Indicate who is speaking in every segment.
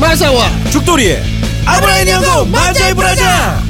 Speaker 1: 마사와
Speaker 2: 죽돌이의 아브라인 연구 만자이 브라자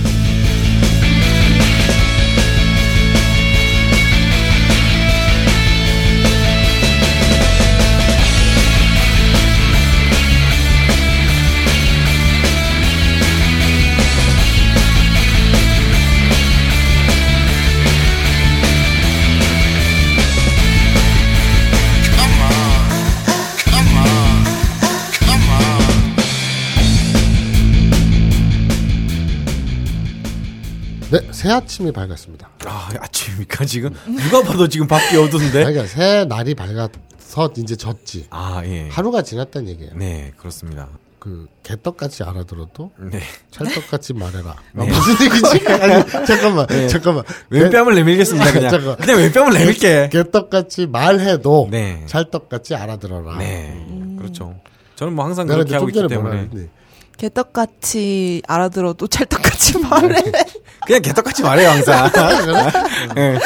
Speaker 3: 네, 새 아침이 밝았습니다.
Speaker 2: 아 아침입니까 지금 누가 봐도 지금 밖이 어두운데
Speaker 3: 그러니까 새 날이 밝아서 이제 졌지.
Speaker 2: 아예네 네,
Speaker 3: 하루가 지났다는 얘기예요.
Speaker 2: 그렇습니다
Speaker 3: 그 개떡같이 알아들어도
Speaker 2: 네
Speaker 3: 찰떡같이 말해라. 아, 무슨 얘기지? 아니, 잠깐만, 잠깐만.
Speaker 2: 네. 왼뺨을 내밀겠습니다
Speaker 3: 잠깐.
Speaker 2: 그냥 그냥 왼뺨을
Speaker 3: 개-
Speaker 2: 내밀게
Speaker 3: 개떡같이 말해도
Speaker 2: 네.
Speaker 3: 찰떡같이 알아들어라.
Speaker 2: 네 그렇죠 저는 뭐 항상
Speaker 3: 음. 내가
Speaker 2: 그렇게
Speaker 3: 이제
Speaker 2: 하고
Speaker 3: 좀
Speaker 2: 있기
Speaker 3: 전에
Speaker 2: 때문에
Speaker 3: 뭐라는데
Speaker 4: 개떡같이 알아들어도 찰떡같이 말해.
Speaker 2: 그냥 개떡같이 말해요 항상
Speaker 3: 그러니까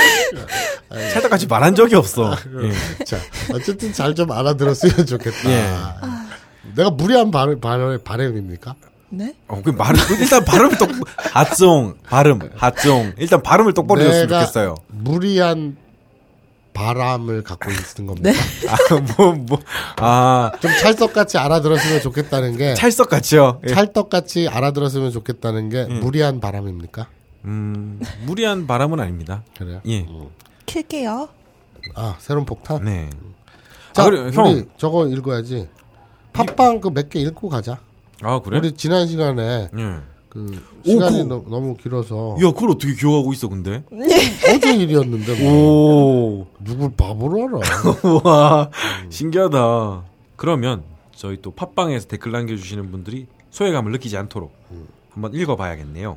Speaker 2: 예. 찰떡같이 말한 적이 없어
Speaker 3: 아,
Speaker 2: 예.
Speaker 3: 자, 어쨌든 잘 좀 알아들었으면 좋겠다.
Speaker 2: 예.
Speaker 3: 내가 무리한 발, 발, 발음입니까?
Speaker 4: 네?
Speaker 2: 어, 그 말을 일단 발음을 똑 하종 발음 하종 일단 발음을 똑바로 해줬으면
Speaker 3: 내가
Speaker 2: 좋겠어요
Speaker 3: 무리한 바람을 갖고 있는 겁니다.
Speaker 2: 아, 뭐, 아뭐뭐아
Speaker 3: 좀 찰떡같이 알아들었으면 좋겠다는 게
Speaker 2: 찰떡같이요 예.
Speaker 3: 찰떡같이 알아들었으면 좋겠다는 게 무리한 바람입니까?
Speaker 2: 음, 무리한 바람은 아닙니다.
Speaker 3: 그래요?
Speaker 2: 예.
Speaker 3: 음.
Speaker 4: 킬게요.
Speaker 3: 아, 새로운 폭탄?
Speaker 2: 네.
Speaker 3: 자,
Speaker 2: 아, 그래,
Speaker 3: 우리
Speaker 2: 형.
Speaker 3: 저거 읽어야지. 팟빵 그 몇 개 읽고 가자.
Speaker 2: 아, 그래?
Speaker 3: 우리 지난 시간에
Speaker 2: 예.
Speaker 3: 그 시간이
Speaker 2: 그-
Speaker 3: 너, 무 길어서
Speaker 2: 야, 그걸 어떻게 기억하고 있어, 근데?
Speaker 3: 어제 일이었는데 뭐.
Speaker 2: 오.
Speaker 3: 누굴 바보로 알아?
Speaker 2: 와, 신기하다. 그러면 저희 또 팟빵에서 댓글 남겨주시는 분들이 소외감을 느끼지 않도록 한번 읽어봐야겠네요.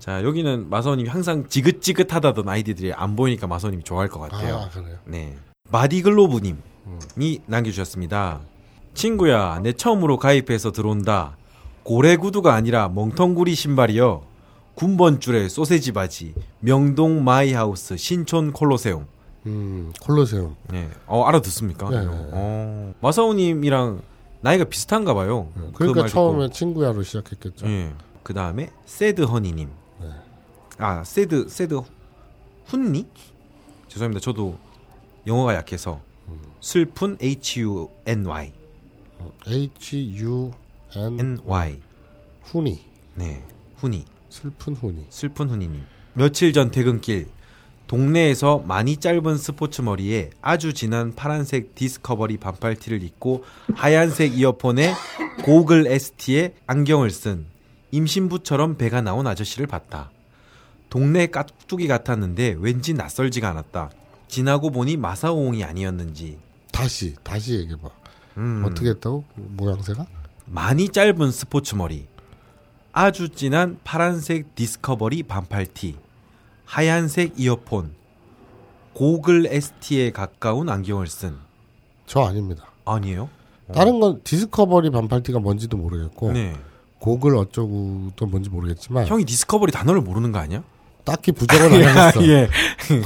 Speaker 2: 자, 여기는 마선님이 항상 지긋지긋하다던 아이디들이 안 보이니까 마선님이 좋아할 것 같아요.
Speaker 3: 아, 그래요.
Speaker 2: 네. 마디글로브님이
Speaker 3: 음.
Speaker 2: 남겨주셨습니다. 친구야, 내 처음으로 가입해서 들어온다. 고래구두가 아니라 멍텅구리 신발이요. 군번줄에 소세지 바지, 명동 마이하우스, 신촌 콜로세움.
Speaker 3: 음, 콜로세움.
Speaker 2: 네. 어, 알아듣습니까?
Speaker 3: 네.
Speaker 2: 어, 마사오님이랑 나이가 비슷한가 봐요.
Speaker 3: 그러니까
Speaker 2: 그말 듣고.
Speaker 3: 처음에 친구야로 시작했겠죠.
Speaker 2: 예. 그 다음에 새드 허니님. 아 새드 새드 훈니? 죄송합니다. 저도 영어가 약해서 슬픈 H U N Y
Speaker 3: 어, H U N
Speaker 2: N Y
Speaker 3: 훈이
Speaker 2: 네 훈이
Speaker 3: 슬픈 훈이.
Speaker 2: 슬픈 훈이님. 며칠 전 퇴근길 동네에서 많이 짧은 스포츠 머리에 아주 진한 파란색 디스커버리 반팔 티를 입고 하얀색 이어폰에 고글 ST에 안경을 쓴 임신부처럼 배가 나온 아저씨를 봤다. 동네 깍두기 같았는데 왠지 낯설지가 않았다. 지나고 보니 마사오옹이 아니었는지
Speaker 3: 다시 다시 얘기해 봐.
Speaker 2: 음.
Speaker 3: 어떻게 했다고? 모양새가?
Speaker 2: 많이 짧은 스포츠 머리, 아주 진한 파란색 디스커버리 반팔 티, 하얀색 이어폰, 고글 ST에 가까운 안경을 쓴
Speaker 3: 저 아닙니다.
Speaker 2: 아니에요?
Speaker 3: 다른 건 디스커버리 반팔티가 뭔지도 모르겠고
Speaker 2: 어. 네.
Speaker 3: 고글 어쩌고도 뭔지 모르겠지만
Speaker 2: 형이 디스커버리 단어를 모르는 거 아니야?
Speaker 3: 딱히 부정은 안 하겠어.
Speaker 2: 예.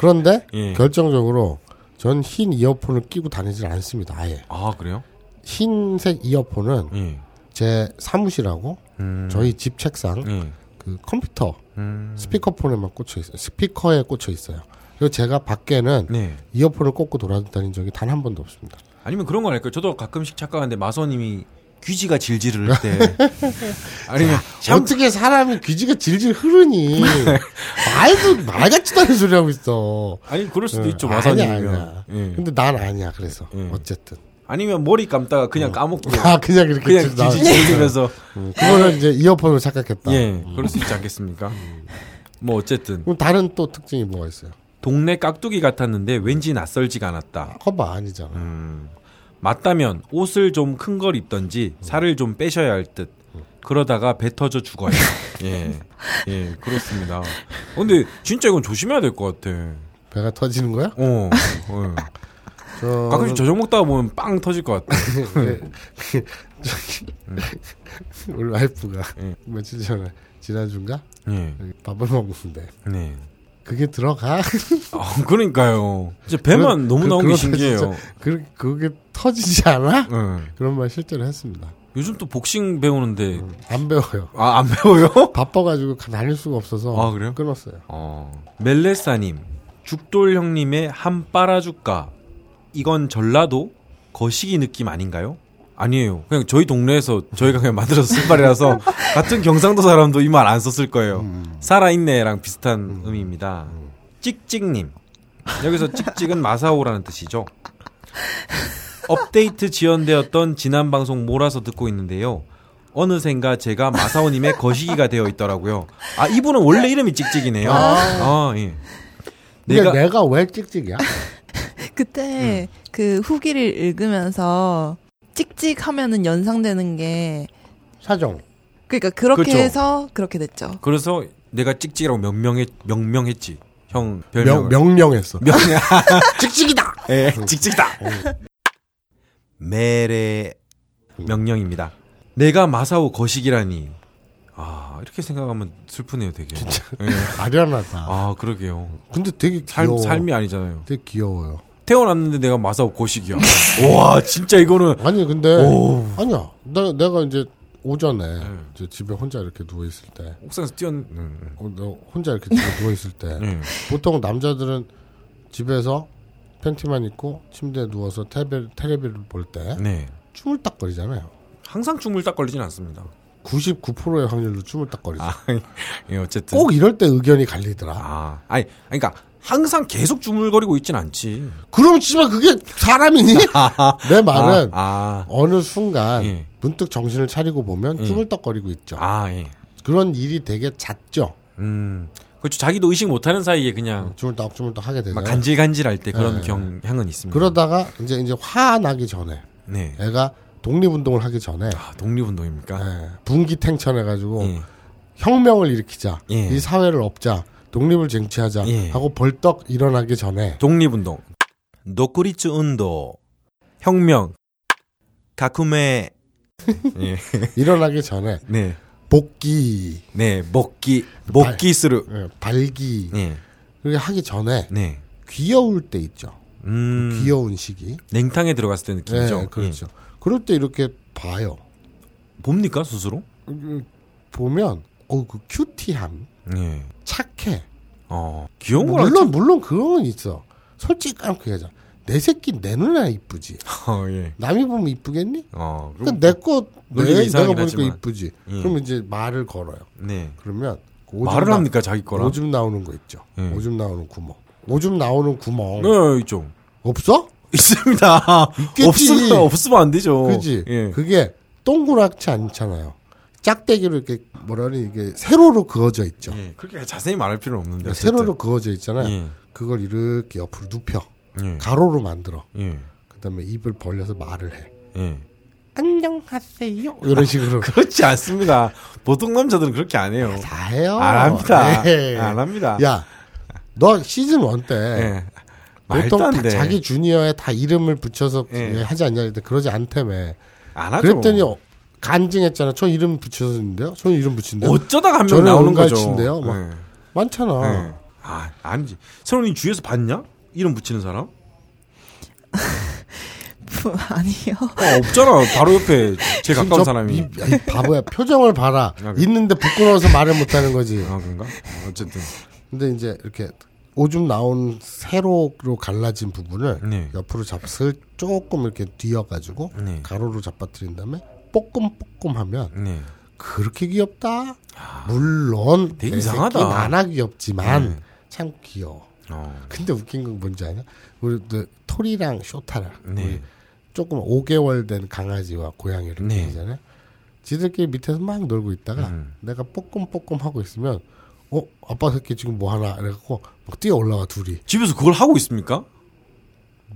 Speaker 3: 그런데
Speaker 2: 예.
Speaker 3: 결정적으로 전 흰 이어폰을 끼고 다니질 않습니다. 아예
Speaker 2: 아 그래요?
Speaker 3: 흰색 이어폰은
Speaker 2: 예.
Speaker 3: 제 사무실하고
Speaker 2: 음.
Speaker 3: 저희 집 책상
Speaker 2: 예.
Speaker 3: 그 컴퓨터
Speaker 2: 음.
Speaker 3: 스피커폰에만 꽂혀 있어요. 스피커에 꽂혀 있어요. 그리고 제가 밖에는
Speaker 2: 네.
Speaker 3: 이어폰을 꽂고 돌아다닌 적이 단 한 번도 없습니다.
Speaker 2: 아니면 그런 거 아닐까요? 저도 가끔씩 착각하는데 마서님이 귀지가 질질을 할 때. 아니면 샴
Speaker 3: 어떻게 사람이 귀지가 질질 흐르니 말도 말 같지도 않은 소리 하고 있어.
Speaker 2: 아니 그럴 수도
Speaker 3: 예,
Speaker 2: 있죠
Speaker 3: 아니야,
Speaker 2: 마서님이면.
Speaker 3: 아니야.
Speaker 2: 예.
Speaker 3: 근데 난 아니야. 그래서
Speaker 2: 예.
Speaker 3: 어쨌든
Speaker 2: 아니면 머리 감다가 그냥 까먹고
Speaker 3: 아 그냥 이렇게
Speaker 2: 그냥
Speaker 3: 질- 나-
Speaker 2: 뒤집으면서
Speaker 3: 음, 그거는 이제 이어폰으로 착각했다.
Speaker 2: 어, 예 그럴 수 있지 않겠습니까? 뭐 어쨌든
Speaker 3: 그럼 다른 또 특징이 뭐가 있어요?
Speaker 2: 동네 깍두기 같았는데 왠지 낯설지가 않았다.
Speaker 3: 커버 아니잖아.
Speaker 2: 음, 맞다면 옷을 좀 큰 걸 입던지 살을 좀 빼셔야 할 듯. 그러다가 뱉어져 죽어요. 예, 예, 그렇습니다. 어, 근데 진짜 이건 조심해야 될 것 같아.
Speaker 3: 배가 터지는 거야?
Speaker 2: 어, 어.
Speaker 3: 저...
Speaker 2: 가끔씩 저녁 먹다가 보면 빵 터질 것 같아. 음.
Speaker 3: 우리 와이프가
Speaker 2: 예.
Speaker 3: 며칠 전에 지난주인가
Speaker 2: 예,
Speaker 3: 밥을 먹는데
Speaker 2: 네.
Speaker 3: 그게 들어가?
Speaker 2: 아, 그러니까요. 진짜 배만
Speaker 3: 그런-
Speaker 2: 너무
Speaker 3: 그-
Speaker 2: 나온 게
Speaker 3: 그런
Speaker 2: 신기해요.
Speaker 3: 진짜 그, 그게 터지지 않아?
Speaker 2: 예.
Speaker 3: 그런 말 실제로 했습니다.
Speaker 5: 요즘 또 복싱 배우는데
Speaker 3: 안 배워요.
Speaker 2: 아 안 배워요?
Speaker 3: 바빠가지고 가- 다닐 수가 없어서
Speaker 2: 아, 그래요?
Speaker 3: 끊었어요.
Speaker 2: 어. 멜레사님, 죽돌 형님의 함 빨아줄까? 이건 전라도 거시기 느낌 아닌가요? 아니에요. 그냥 저희 동네에서 저희가 그냥 만들어서 쓴 말이라서 같은 경상도 사람도 이 말 안 썼을 거예요. 살아있네랑 비슷한 의미입니다. 찍찍님. 여기서 찍찍은 마사오라는 뜻이죠. 업데이트 지연되었던 지난 방송 몰아서 듣고 있는데요. 어느샌가 제가 마사오님의 거시기가 되어 있더라고요. 아 이분은 원래 이름이 찍찍이네요. 아, 예.
Speaker 3: 근데
Speaker 2: 내가
Speaker 3: 내가, 왜 찍찍이야?
Speaker 4: 그때 그 후기를 읽으면서 찍찍하면은 연상되는 게
Speaker 3: 사정.
Speaker 4: 그러니까 그렇게
Speaker 2: 그렇죠.
Speaker 4: 해서 그렇게 됐죠.
Speaker 2: 그래서 내가 찍찍이라고 명명해 명명했지. 형
Speaker 3: 명,
Speaker 2: 네,
Speaker 3: 어.
Speaker 2: 별명
Speaker 3: 명령했어.
Speaker 2: 명
Speaker 3: 찍찍이다!
Speaker 2: 예, 찍찍이다. 메레 명령입니다. 내가 마사오 거시기라니. 아 이렇게 생각하면 슬프네요, 되게. 예.
Speaker 3: 아련하다.
Speaker 2: 아 그러게요.
Speaker 3: 근데 되게
Speaker 2: 삶
Speaker 3: 귀여워.
Speaker 2: 삶이 아니잖아요.
Speaker 3: 되게 귀여워요.
Speaker 2: 태어났는데 내가 마사오 거시기야. 와 진짜 이거는
Speaker 3: 아니 근데
Speaker 2: 오. 네.
Speaker 3: 아니야. 나, 내가 이제 오전에 이제 집에 혼자 이렇게 누워 있을 때,
Speaker 2: 옥상에서 뛰었. 음,
Speaker 3: 어, 나 혼자 이렇게 집에 누워 있을 때,
Speaker 2: 음. 예.
Speaker 3: 보통 남자들은 집에서 팬티만 입고 침대에 누워서 테레비, 테레비를 볼 때
Speaker 2: 네.
Speaker 3: 춤을 딱 거리잖아요.
Speaker 2: 항상 춤을 딱 걸리진 않습니다.
Speaker 3: 99%의 확률로 춤을 딱 거리죠.
Speaker 2: 아, 예, 어쨌든.
Speaker 3: 꼭 이럴 때 의견이 갈리더라.
Speaker 2: 아, 아니, 아니, 그러니까 항상 계속 주물거리고 있진 않지.
Speaker 3: 그럼 씨발 그게 사람이니? 내 말은
Speaker 2: 아,
Speaker 3: 어느 순간
Speaker 2: 예.
Speaker 3: 문득 정신을 차리고 보면 춤을 딱 거리고 있죠.
Speaker 2: 아, 아, 예.
Speaker 3: 그런 일이 되게 잦죠.
Speaker 2: 음, 그렇죠. 자기도 의식 못하는 사이에 그냥
Speaker 3: 춤을 딱 춤을 딱 하게 되죠.
Speaker 2: 음. 막 간질간질할 때 그런 경향은 있습니다.
Speaker 3: 네. 그러다가 이제 이제 화나기 전에
Speaker 2: 네.
Speaker 3: 애가 독립운동을 하기 전에
Speaker 2: 아, 독립운동입니까?
Speaker 3: 예, 분기탱천해가지고
Speaker 2: 예.
Speaker 3: 혁명을 일으키자
Speaker 2: 예.
Speaker 3: 이 사회를 업자 독립을 쟁취하자
Speaker 2: 예.
Speaker 3: 하고 벌떡 일어나기 전에
Speaker 2: 독립운동. 노쿠리츠 운동. 혁명. 가쿠메. 예.
Speaker 3: 일어나기 전에
Speaker 2: 네.
Speaker 3: 복귀
Speaker 2: 네. 먹기. 먹기스루.
Speaker 3: 예, 발기
Speaker 2: 예.
Speaker 3: 그렇게 하기 전에
Speaker 2: 네.
Speaker 3: 귀여울 때 있죠
Speaker 2: 음.
Speaker 3: 그
Speaker 2: 네,
Speaker 3: 귀여운 시기
Speaker 2: 냉탕에 들어갔을 때 느낌이죠. 음.
Speaker 3: 예, 그렇죠 그럴 때 이렇게 봐요
Speaker 2: 예. 봅니까 스스로?
Speaker 3: 보면 어그 큐티함
Speaker 2: 예.
Speaker 3: 착해
Speaker 2: 어. 귀여운 거랑
Speaker 3: 물론 물론 그런 건 있어 솔직한 그 여자 내 새끼 내 눈에 이쁘지
Speaker 2: 어, 예.
Speaker 3: 남이 보면 이쁘겠니?
Speaker 2: 어. 그럼-
Speaker 3: 그러니까 내거
Speaker 2: 논리가
Speaker 3: 내가
Speaker 2: 이상하긴
Speaker 3: 보니까
Speaker 2: 하지만.
Speaker 3: 이쁘지
Speaker 2: 예.
Speaker 3: 그럼 이제 말을 걸어요
Speaker 2: 네.
Speaker 3: 그러면 그 오줌
Speaker 2: 말을
Speaker 3: 나-
Speaker 2: 합니까 자기 거랑?
Speaker 3: 오줌 나오는 거 있죠.
Speaker 2: 예.
Speaker 3: 오줌 나오는 구멍. 오줌 나오는 구멍
Speaker 2: 네, 있죠.
Speaker 3: 없어?
Speaker 2: 있습니다.
Speaker 3: 어. 있겠지.
Speaker 2: 없으면 없으면 안 되죠.
Speaker 3: 그지?
Speaker 2: 예.
Speaker 3: 그게 동그랗지 않잖아요. 짝대기로 이렇게 뭐라니 이게 세로로 그어져 있죠. 그러니까
Speaker 2: 예. 그렇게 자세히 말할 필요는 없는데. 어쨌든.
Speaker 3: 세로로 그어져 있잖아요.
Speaker 2: 예.
Speaker 3: 그걸 이렇게 옆으로 눕혀
Speaker 2: 예.
Speaker 3: 가로로 만들어.
Speaker 2: 예.
Speaker 3: 그다음에 입을 벌려서 말을 해.
Speaker 2: 예.
Speaker 3: 안녕하세요. 이런 식으로
Speaker 2: 그렇지 않습니다. 보통 남자들은 그렇게 안 해요.
Speaker 3: 다 해요.
Speaker 2: 안 합니다.
Speaker 3: 네.
Speaker 2: 안 합니다.
Speaker 3: 야, 너 시즌 원 때
Speaker 2: 예. 말도
Speaker 3: 보통
Speaker 2: 안
Speaker 3: 다
Speaker 2: 돼.
Speaker 3: 자기 주니어에 다 이름을 붙여서
Speaker 2: 예. 뭐.
Speaker 3: 하지 않냐 했는데 그러지 않다며.
Speaker 2: 안 하죠.
Speaker 3: 그랬더니 어, 간증했잖아. 저 이름 붙였는데요. 저 이름 붙인데요.
Speaker 2: 어쩌다가 한 명
Speaker 3: 저는
Speaker 2: 나오는 거죠.
Speaker 3: 은갈치인데요, 막. 어.
Speaker 2: 예.
Speaker 3: 많잖아.
Speaker 2: 예. 아, 아니지. 세로님 주위에서 봤냐? 이름 붙이는 사람? 어,
Speaker 4: 아니요.
Speaker 2: 어, 없잖아. 바로 옆에 제일
Speaker 3: 지금
Speaker 2: 가까운
Speaker 3: 저
Speaker 2: 사람이. 아,
Speaker 3: 이, 이 바보야 표정을 봐라.
Speaker 2: 그래.
Speaker 3: 있는데 부끄러워서 말을 못하는 거지.
Speaker 2: 아, 그런가? 어, 어쨌든.
Speaker 3: 근데 이제 이렇게 오줌 나온 세로로 갈라진 부분을
Speaker 2: 네.
Speaker 3: 옆으로 잡슬 조금 이렇게 뒤어가지고
Speaker 2: 네.
Speaker 3: 가로로 잡아뜨린 다음에 뽀끔뽀끔하면
Speaker 2: 네.
Speaker 3: 그렇게 귀엽다. 물론
Speaker 2: 아. 되게
Speaker 3: 내
Speaker 2: 이상하다.
Speaker 3: 새끼 나나 귀엽지만
Speaker 2: 네.
Speaker 3: 참 귀여워.
Speaker 2: 어.
Speaker 3: 근데 웃긴 건 뭔지 아냐? 우리 그 토리랑 쇼타랑
Speaker 2: 네.
Speaker 3: 우리 조금 5개월 된 강아지와 고양이를
Speaker 2: 네.
Speaker 3: 키우잖아요. 지들끼리 밑에서 막 놀고 있다가
Speaker 2: 음.
Speaker 3: 내가 뽀꼼뽀꼼 하고 있으면 어 아빠 새끼 지금 뭐 하나 이래갖고 막 뛰어 올라와 둘이
Speaker 2: 집에서 그걸 하고 있습니까?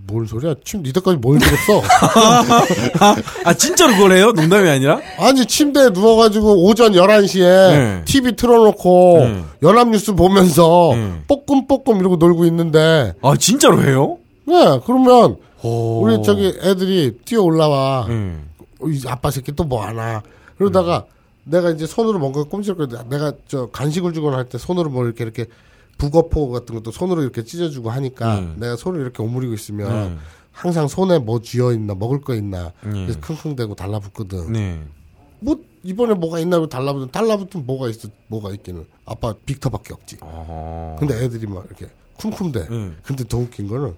Speaker 3: 뭔 소리야? 침 니들까지 뭘 들었어?
Speaker 2: 아, 진짜로 그걸 해요? 농담이 아니라?
Speaker 3: 아니 침대에 누워가지고 오전 11시에
Speaker 2: 네.
Speaker 3: TV 틀어놓고
Speaker 2: 네.
Speaker 3: 연합뉴스 보면서
Speaker 2: 네.
Speaker 3: 뽀꼼뽀꼼 이러고 놀고 있는데
Speaker 2: 아, 진짜로 해요?
Speaker 3: 네 그러면
Speaker 2: 오.
Speaker 3: 우리 저기 애들이 뛰어 올라와
Speaker 2: 예.
Speaker 3: 어, 이 아빠 새끼 또 뭐 하나 그러다가 내가 이제 손으로 뭔가 꼼질거리다 내가 저 간식을 주거나 할 때 손으로 뭐 이렇게 이렇게 북어포 같은 것도 손으로 이렇게 찢어주고 하니까
Speaker 6: 네.
Speaker 2: 음.
Speaker 3: 내가 손을 이렇게 오므리고 있으면 항상 손에 뭐 쥐어 있나 먹을 거 있나
Speaker 6: 예.
Speaker 3: 그래서 킁킁대고 달라붙거든.
Speaker 6: 네.
Speaker 3: 뭐 이번에 뭐가 있나고 달라붙으면 달라붙으면 뭐가 있어 뭐가 있기는 아빠 빅터밖에 없지.
Speaker 6: 어.
Speaker 3: 근데 애들이 막 이렇게 쿵쿵대.
Speaker 6: 예.
Speaker 3: 근데 더 웃긴 거는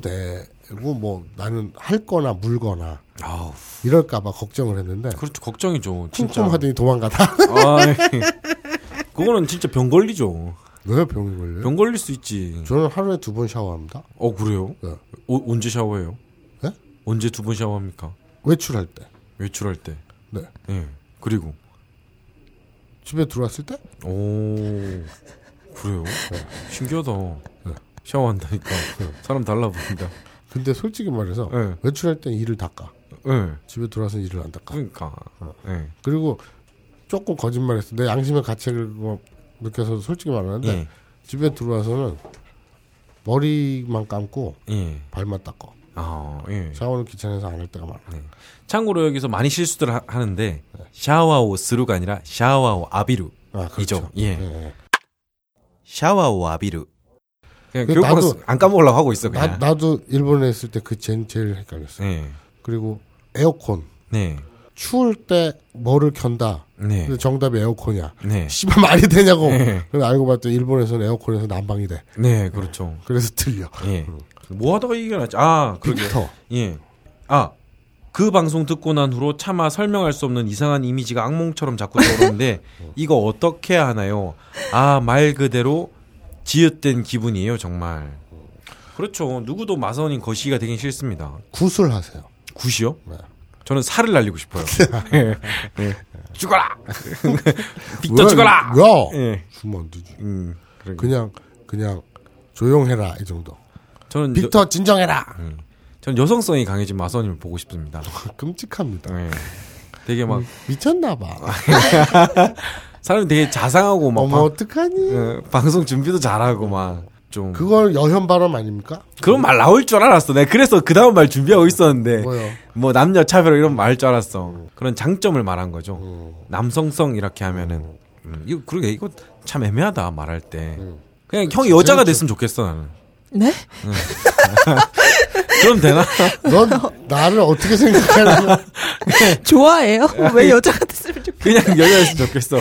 Speaker 3: 쿵쿵대고 뭐 나는 할 거나 물거나
Speaker 6: 아우.
Speaker 3: 이럴까봐 걱정을 했는데
Speaker 2: 그렇죠. 걱정이죠. 진짜. 네.
Speaker 3: 쿵쿵하더니 도망가다.
Speaker 6: 아, 예. 그거는 진짜 병 걸리죠.
Speaker 3: 왜 병이 걸려요?
Speaker 2: 병 걸릴 수 있지.
Speaker 3: 저는 하루에 두 번 샤워합니다.
Speaker 2: 어 그래요?
Speaker 3: 예.
Speaker 2: 어, 언제 샤워해요?
Speaker 3: 예?
Speaker 2: 언제 두 번 샤워합니까?
Speaker 3: 외출할 때.
Speaker 2: 외출할 때.
Speaker 3: 네.
Speaker 2: 예. 그리고
Speaker 3: 집에 들어왔을 때?
Speaker 2: 오 그래요?
Speaker 3: 네.
Speaker 2: 신기하다. 샤워한다니까 사람 달라 보인다.
Speaker 3: 네. 근데 솔직히 말해서
Speaker 2: 예.
Speaker 3: 외출할 땐 이를 닦아.
Speaker 2: 예.
Speaker 3: 집에 들어와서 이를 안 닦아.
Speaker 2: 그러니까.
Speaker 3: 어.
Speaker 2: 예.
Speaker 3: 그리고 조금 거짓말했어. 내 양심의 가책을 뭐 느껴서 솔직히 말하는데
Speaker 2: 예.
Speaker 3: 집에 들어와서는 머리만 감고
Speaker 2: 예.
Speaker 3: 발만 닦아.
Speaker 2: 아 예.
Speaker 3: 샤워는 귀찮아서 안 할 때가 많아.
Speaker 2: 참고로 여기서 많이 실수들 하, 하는데 샤와오 스루가 아니라 샤와오 아비루.
Speaker 3: 아,
Speaker 2: 이죠.
Speaker 3: 그렇죠.
Speaker 2: 예.
Speaker 3: 예.
Speaker 2: 샤와오 아비루. 그냥
Speaker 3: 그
Speaker 2: 교육받아서
Speaker 3: 나도-
Speaker 2: 안 까먹으려고 하고 있어
Speaker 3: 나,
Speaker 2: 그냥.
Speaker 3: 나도 일본에 있을 때 그 제일, 제일 헷갈렸어. 요
Speaker 2: 네.
Speaker 3: 그리고 에어컨.
Speaker 2: 네.
Speaker 3: 추울 때 뭐를 켠다.
Speaker 2: 네.
Speaker 3: 근데 정답이 에어컨이야.
Speaker 2: 네.
Speaker 3: 씨발 말이 되냐고.
Speaker 2: 예.
Speaker 3: 그래서 알고 봤더니 일본에서는 에어컨에서 난방이 돼.
Speaker 2: 네, 그렇죠.
Speaker 3: 그래서 틀려.
Speaker 2: 예. 뭐 하다가 얘기가 났지? 아, 그러게.
Speaker 3: 빅터.
Speaker 2: 예. 아, 그 방송 듣고 난 후로 차마 설명할 수 없는 이상한 이미지가 악몽처럼 자꾸 떠오르는데 이거 어떻게 해야 하나요? 아, 말 그대로 지읒된 기분이에요, 정말. 그렇죠. 누구도 마선인 거시기가 되긴 싫습니다.
Speaker 3: 구슬하세요.
Speaker 2: 굿이요?
Speaker 3: 네.
Speaker 2: 저는 살을 날리고 싶어요. 예. 예. 죽어라! 빅터
Speaker 3: 왜,
Speaker 2: 죽어라!
Speaker 3: 야!
Speaker 2: 예.
Speaker 3: 주면 안 되지.
Speaker 2: 음, 그러게.
Speaker 3: 그냥, 그냥 조용해라. 이 정도.
Speaker 2: 저는 여,
Speaker 3: 빅터 진정해라!
Speaker 2: 음. 저는 여성성이 강해진 마선님을 보고 싶습니다.
Speaker 3: 끔찍합니다.
Speaker 2: 예. 되게 막
Speaker 3: 미쳤나봐.
Speaker 2: 사람이 되게 아, 자상하고 막
Speaker 3: 어머, 어떡하니?
Speaker 2: 방, 예, 방송 준비도 잘하고 막좀 그,
Speaker 3: 그걸 여현 발언 아닙니까?
Speaker 2: 런말 나올 줄 알았어. 내가 그래서 그 다음 말 준비하고 있었는데 뭐,
Speaker 3: 뭐요?
Speaker 2: 남녀 차별 이런 말 할 줄 알았어. 그런 장점을 말한 거죠.
Speaker 3: 어.
Speaker 2: 남성성 이렇게 하면은 음, 이거 그러게 이거 참 애매하다 말할 때.
Speaker 3: 음.
Speaker 2: 그냥 형이 여자가 됐으면 좋겠어 나는.
Speaker 4: 네?
Speaker 2: 그럼 되나?
Speaker 3: 넌 나를 어떻게 생각하냐?
Speaker 4: 좋아해요? 왜 여자 같았으면 좋겠어?
Speaker 2: 그냥 여자였으면 좋겠어.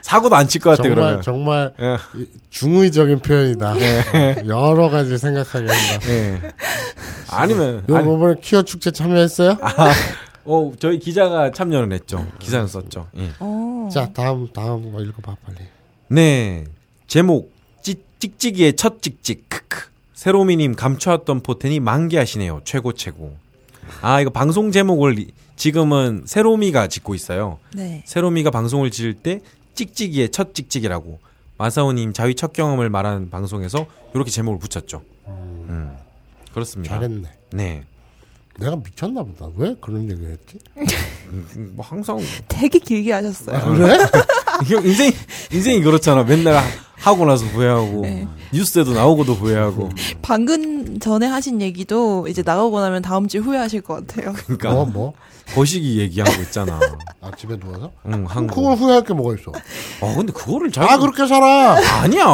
Speaker 2: 사고도 안 칠 것 같아
Speaker 3: 정말
Speaker 2: 그러면.
Speaker 3: 정말
Speaker 2: 예.
Speaker 3: 이- 중의적인 표현이다. 어, 여러 가지 생각하게 한다.
Speaker 2: 예. 아니면 아.
Speaker 3: 요
Speaker 2: 아니,
Speaker 3: 이번에 키어 축제 참여했어요?
Speaker 2: 어 저희 기자가 참여를 했죠. 기사는 썼죠. 예.
Speaker 4: 어.
Speaker 3: 자 다음 다음 거 읽어봐 빨리.
Speaker 2: 네 제목 찌- 찍찍이의 첫 찍찍 크크 세로미님 감춰왔던 포텐이 만개하시네요 최고 최고 아 이거 방송 제목을 이- 지금은 세로미가 짓고 있어요
Speaker 4: 네.
Speaker 2: 세로미가 방송을 지을 때 찍찍이의 첫 찍찍이라고 마사오님 자위 첫 경험을 말하는 방송에서 이렇게 제목을 붙였죠 음 그렇습니다
Speaker 3: 잘했네.
Speaker 2: 네
Speaker 3: 내가 미쳤나 보다. 왜 그런 얘기를 했지?
Speaker 2: 음, 뭐 항상
Speaker 4: 되게 길게 하셨어요.
Speaker 3: 그래?
Speaker 2: 형 인생 인생이 그렇잖아 맨날 하고 나서 후회하고
Speaker 4: 네.
Speaker 2: 뉴스에도 나오고도 후회하고
Speaker 3: 음.
Speaker 4: 방금 전에 하신 얘기도 이제 나가고 나면 다음 주에 후회하실 것 같아요.
Speaker 2: 그러니까
Speaker 3: 뭐 뭐?
Speaker 2: 거시기 얘기하고 있잖아.
Speaker 3: 아 집에 누워서?
Speaker 2: 응, 한국.
Speaker 3: 그걸 후회할 게 뭐가 있어?
Speaker 2: 아, 근데 그거를 잘.
Speaker 3: 다 그렇게 살아.
Speaker 2: 아니야.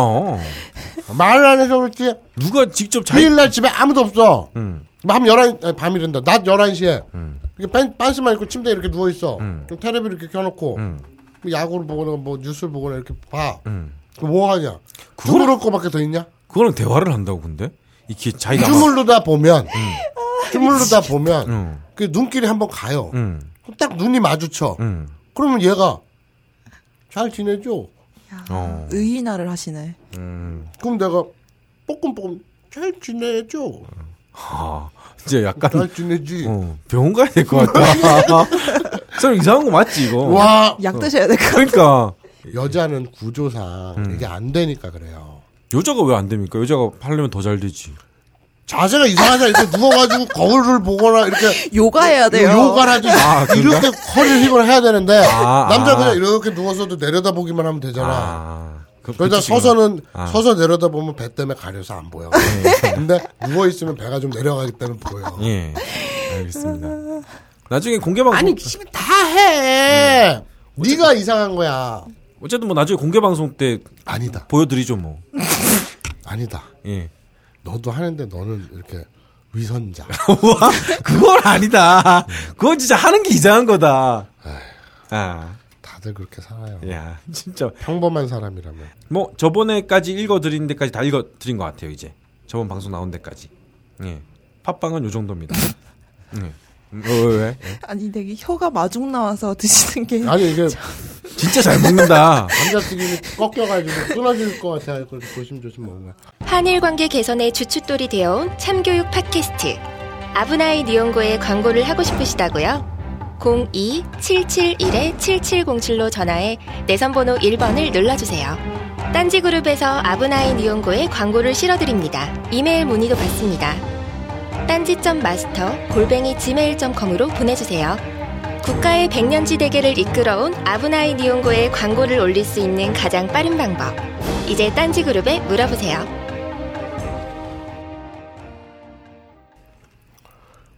Speaker 3: 말을 안 해서 그렇지.
Speaker 2: 누가 직접 잘.
Speaker 3: 주일날 집에 아무도 없어. 뭐,
Speaker 2: 응.
Speaker 3: 밤 11시, 아니, 밤이란다. 낮 11시에.
Speaker 2: 음.
Speaker 3: 이렇게 빤, 빤스만 입고 침대에 이렇게 누워있어. 그럼 텔레비 이렇게 켜놓고.
Speaker 2: 음.
Speaker 3: 뭐 야구를 보거나 뭐 뉴스를 보거나 이렇게 봐. 그럼 뭐 하냐? 주무를 거밖에 더 있냐?
Speaker 2: 그거랑 대화를 한다고, 근데? 이게 자기가. 막-
Speaker 3: 주물르다 보면.
Speaker 2: 음.
Speaker 3: 주물르다 보면.
Speaker 2: 응,
Speaker 3: 그 눈길이 한번 가요.
Speaker 2: 응,
Speaker 3: 그럼 딱 눈이 마주쳐.
Speaker 2: 응.
Speaker 3: 그러면 얘가 잘 지내죠?
Speaker 4: 야,
Speaker 2: 어.
Speaker 4: 의인화를 하시네.
Speaker 3: 그럼 내가 뽀끔뽀끔 잘 지내죠?
Speaker 2: 아, 이제 약간.
Speaker 3: 잘 지내지.
Speaker 2: 어, 병원 가야 될 것 같다. 설 이상한 거 맞지, 이거?
Speaker 3: 와!
Speaker 4: 약 드셔야 될 것 같아요.
Speaker 2: 그러니까.
Speaker 3: 여자는 구조상
Speaker 2: 음.
Speaker 3: 이게 안 되니까 그래요.
Speaker 2: 여자가 왜 안 됩니까? 여자가 하려면 더 잘 되지.
Speaker 3: 자세가 이상하잖아. 이렇게 누워가지고 거울을 보거나 이렇게
Speaker 4: 요가해야 돼요.
Speaker 3: 요가라지
Speaker 2: 아, 그런가?
Speaker 3: 이렇게 허리를 힘을 해야 되는데
Speaker 2: 아,
Speaker 3: 남자
Speaker 2: 아.
Speaker 3: 그냥 이렇게 누워서도 내려다 보기만 하면 되잖아.
Speaker 2: 아. 그,
Speaker 3: 그러자
Speaker 2: 그치, 지금.
Speaker 3: 그러니까 서서는
Speaker 2: 아. 네.
Speaker 3: 서서 내려다 보면 배 때문에 가려서 안 보여. 근데 누워 있으면 배가 좀 내려가기 때문에 보여.
Speaker 2: 예. 알겠습니다. 나중에 공개방송.
Speaker 3: 아니 씨발 다 해.
Speaker 2: 음.
Speaker 3: 네가 이상한 거야.
Speaker 2: 어쨌든 뭐 나중에 공개방송 때
Speaker 3: 아니다,
Speaker 2: 보여드리죠, 뭐.
Speaker 3: 아니다.
Speaker 2: 예.
Speaker 3: 너도 하는데 너는 이렇게 위선자.
Speaker 2: 와, 뭐? 그건 아니다. 그건 진짜 하는 게 이상한 거다. 아,
Speaker 3: 다들 그렇게 살아요.
Speaker 2: 야, 진짜.
Speaker 3: 평범한 사람이라면.
Speaker 2: 뭐, 저번에까지 읽어드린 데까지 다 읽어드린 것 같아요, 이제. 저번 방송 나온 데까지. 예. 팟빵은 요 정도입니다. 예. 음, 어, 왜, 왜?
Speaker 4: 아니 되게 혀가 마중 나와서 드시는 게
Speaker 3: 아니 이게
Speaker 2: 진짜 잘 먹는다.
Speaker 3: 감자튀김이 꺾여가지고 끊어질 것 같아요. 그래서 조심조심 먹으면.
Speaker 7: 한일 관계 개선에 주춧돌이 되어 온 참교육 팟캐스트 아브나이 니온고에 광고를 하고 싶으시다고요? 02-771-7707로 전화해 내선번호 1번을 눌러주세요. 딴지그룹에서 아브나이 니온고에 광고를 실어드립니다. 이메일 문의도 받습니다. 딴지.마스터 골뱅이 gmail.com으로 보내주세요. 국가의 백년지 대계를 이끌어온 아브나이 니온고에 광고를 올릴 수 있는 가장 빠른 방법. 이제 딴지그룹에 물어보세요.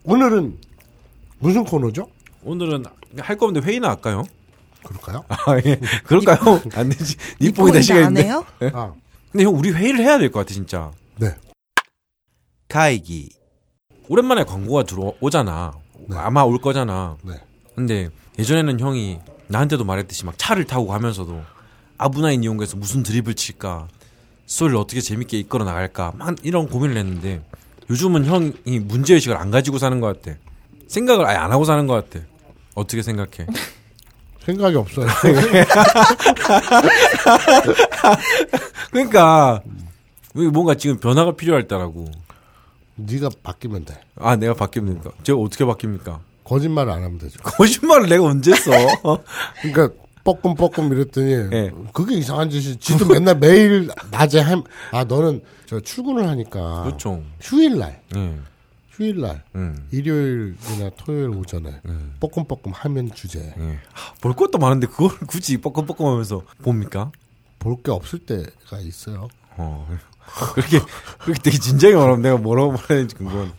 Speaker 3: 오늘은 무슨 코너죠?
Speaker 2: 오늘은 할 건데 회의나 할까요?
Speaker 3: 그럴까요?
Speaker 2: 아, 예. 그럴까요? 안 되지. 니뽕이 될
Speaker 4: 안
Speaker 2: 시간인데.
Speaker 4: 해요?
Speaker 3: 아,
Speaker 2: 근데 형, 우리 회의를 해야 될 것 같아, 진짜.
Speaker 3: 네.
Speaker 2: 가이기. 오랜만에 광고가 들어오잖아. 아마 올 거잖아.
Speaker 3: 네.
Speaker 2: 근데 예전에는 형이 나한테도 말했듯이 막 차를 타고 가면서도 아브나인 이용해서 무슨 드립을 칠까, 스토리를 어떻게 재밌게 이끌어 나갈까, 막 이런 고민을 했는데 요즘은 형이 문제의식을 안 가지고 사는 것 같아. 생각을 아예 안 하고 사는 것 같아. 어떻게 생각해?
Speaker 3: 생각이 없어요.
Speaker 2: 그러니까 왜 뭔가 지금 변화가 필요할 때라고.
Speaker 3: 네가 바뀌면 돼.
Speaker 2: 아, 내가 바뀝니까? 제가 어떻게 바뀝니까?
Speaker 3: 거짓말 안 하면 되죠.
Speaker 2: 거짓말을 내가 언제 써?
Speaker 3: 그러니까 뻐끔 뻐끔 이랬더니
Speaker 2: 예.
Speaker 3: 그게 이상한 짓이. 지도 맨날 매일 낮에 햄. 아 너는 저 출근을 하니까.
Speaker 2: 그렇죠.
Speaker 3: 휴일날.
Speaker 2: 예.
Speaker 3: 휴일날.
Speaker 2: 음.
Speaker 3: 일요일이나 토요일 오전에 뻐끔뻐끔 하면 주제.
Speaker 2: 예. 하, 볼 것도 많은데 그걸 굳이 뻐끔뻐끔하면서 봅니까?
Speaker 3: 볼 게 없을 때가 있어요.
Speaker 2: 어. 그렇게 그렇게 되게 진지하게 말하면 내가 뭐라고 말하는지 그건.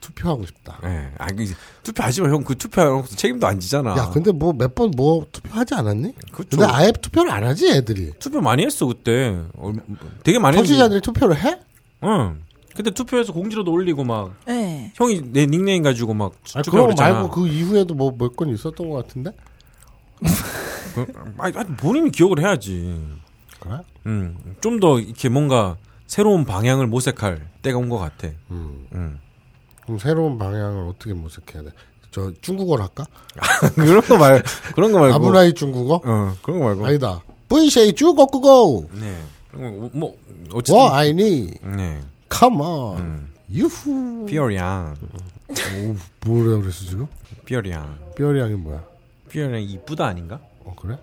Speaker 3: 투표하고 싶다.
Speaker 2: 예. 아, 그 이제 투표하지만 형 그 투표하고 책임도 안 지잖아. 그렇죠.
Speaker 3: 야, 근데 뭐 몇 번 뭐 투표하지 않았니?
Speaker 2: 그쵸.
Speaker 3: 근데 아예 투표를 안 하지 애들이.
Speaker 2: 투표 많이 했어 그때. 얼마- 되게 많이 했는데.
Speaker 3: 청취자들이 투표를 해?
Speaker 2: 응. 근데 투표해서 공지라도 올리고 막
Speaker 4: 네.
Speaker 2: 형이 내 닉네임 가지고 막
Speaker 3: 아,
Speaker 2: 투표
Speaker 3: 그런 거
Speaker 2: 그랬잖아.
Speaker 3: 말고 그 이후에도 뭐 몇 건 있었던 것 같은데.
Speaker 2: 그- 아니, 아니, 본인이 기억을 해야지.
Speaker 3: 그래?
Speaker 2: 음, 좀 더 이렇게 뭔가 새로운 방향을 모색할 때가 온 것 같아.
Speaker 3: 음.
Speaker 2: 음.
Speaker 3: 그럼 새로운 방향을 어떻게 모색해야 돼? 저 중국어를 할까?
Speaker 2: 그런 거 말, 그런 거 말고.
Speaker 3: 아브라이 중국어?
Speaker 2: 어, 그런 거 말고.
Speaker 3: 아니다. 분쉐이 중국어.
Speaker 2: 네. 그런 거, 뭐, 어쨌든.
Speaker 3: 워 아이니.
Speaker 2: 네.
Speaker 3: Come on. 유후.
Speaker 2: 피어리앙.
Speaker 3: 뭐래 그랬어 지금?
Speaker 2: 피어리앙.
Speaker 3: 뼈리양이 뭐야?
Speaker 2: 피어리앙 이쁘다 아닌가?
Speaker 3: 어 그래?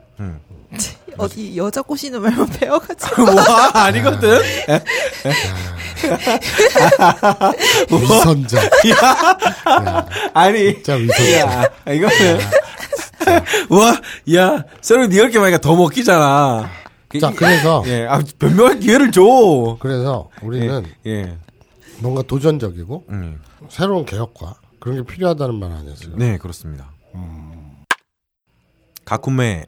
Speaker 4: 어디 여자 꼬시는 말만
Speaker 2: 아,
Speaker 4: 배워가지고
Speaker 2: 와, 그 뭐? 아니거든? 뭐?
Speaker 3: 위선자.
Speaker 2: 아니.
Speaker 3: 진짜 위선자.
Speaker 2: 야, 아, 이거는. 와, 야, 새로 니가 이렇게 많으니까 더 먹히잖아.
Speaker 3: 자 그래서
Speaker 2: 예, 아, 변명할 기회를 줘.
Speaker 3: 그래서 우리는
Speaker 2: 예.
Speaker 3: 뭔가 도전적이고
Speaker 2: 음.
Speaker 3: 새로운 개혁과 그런 게 필요하다는 말 아니었어요?
Speaker 2: 네, 그렇습니다. 음. 가쿠메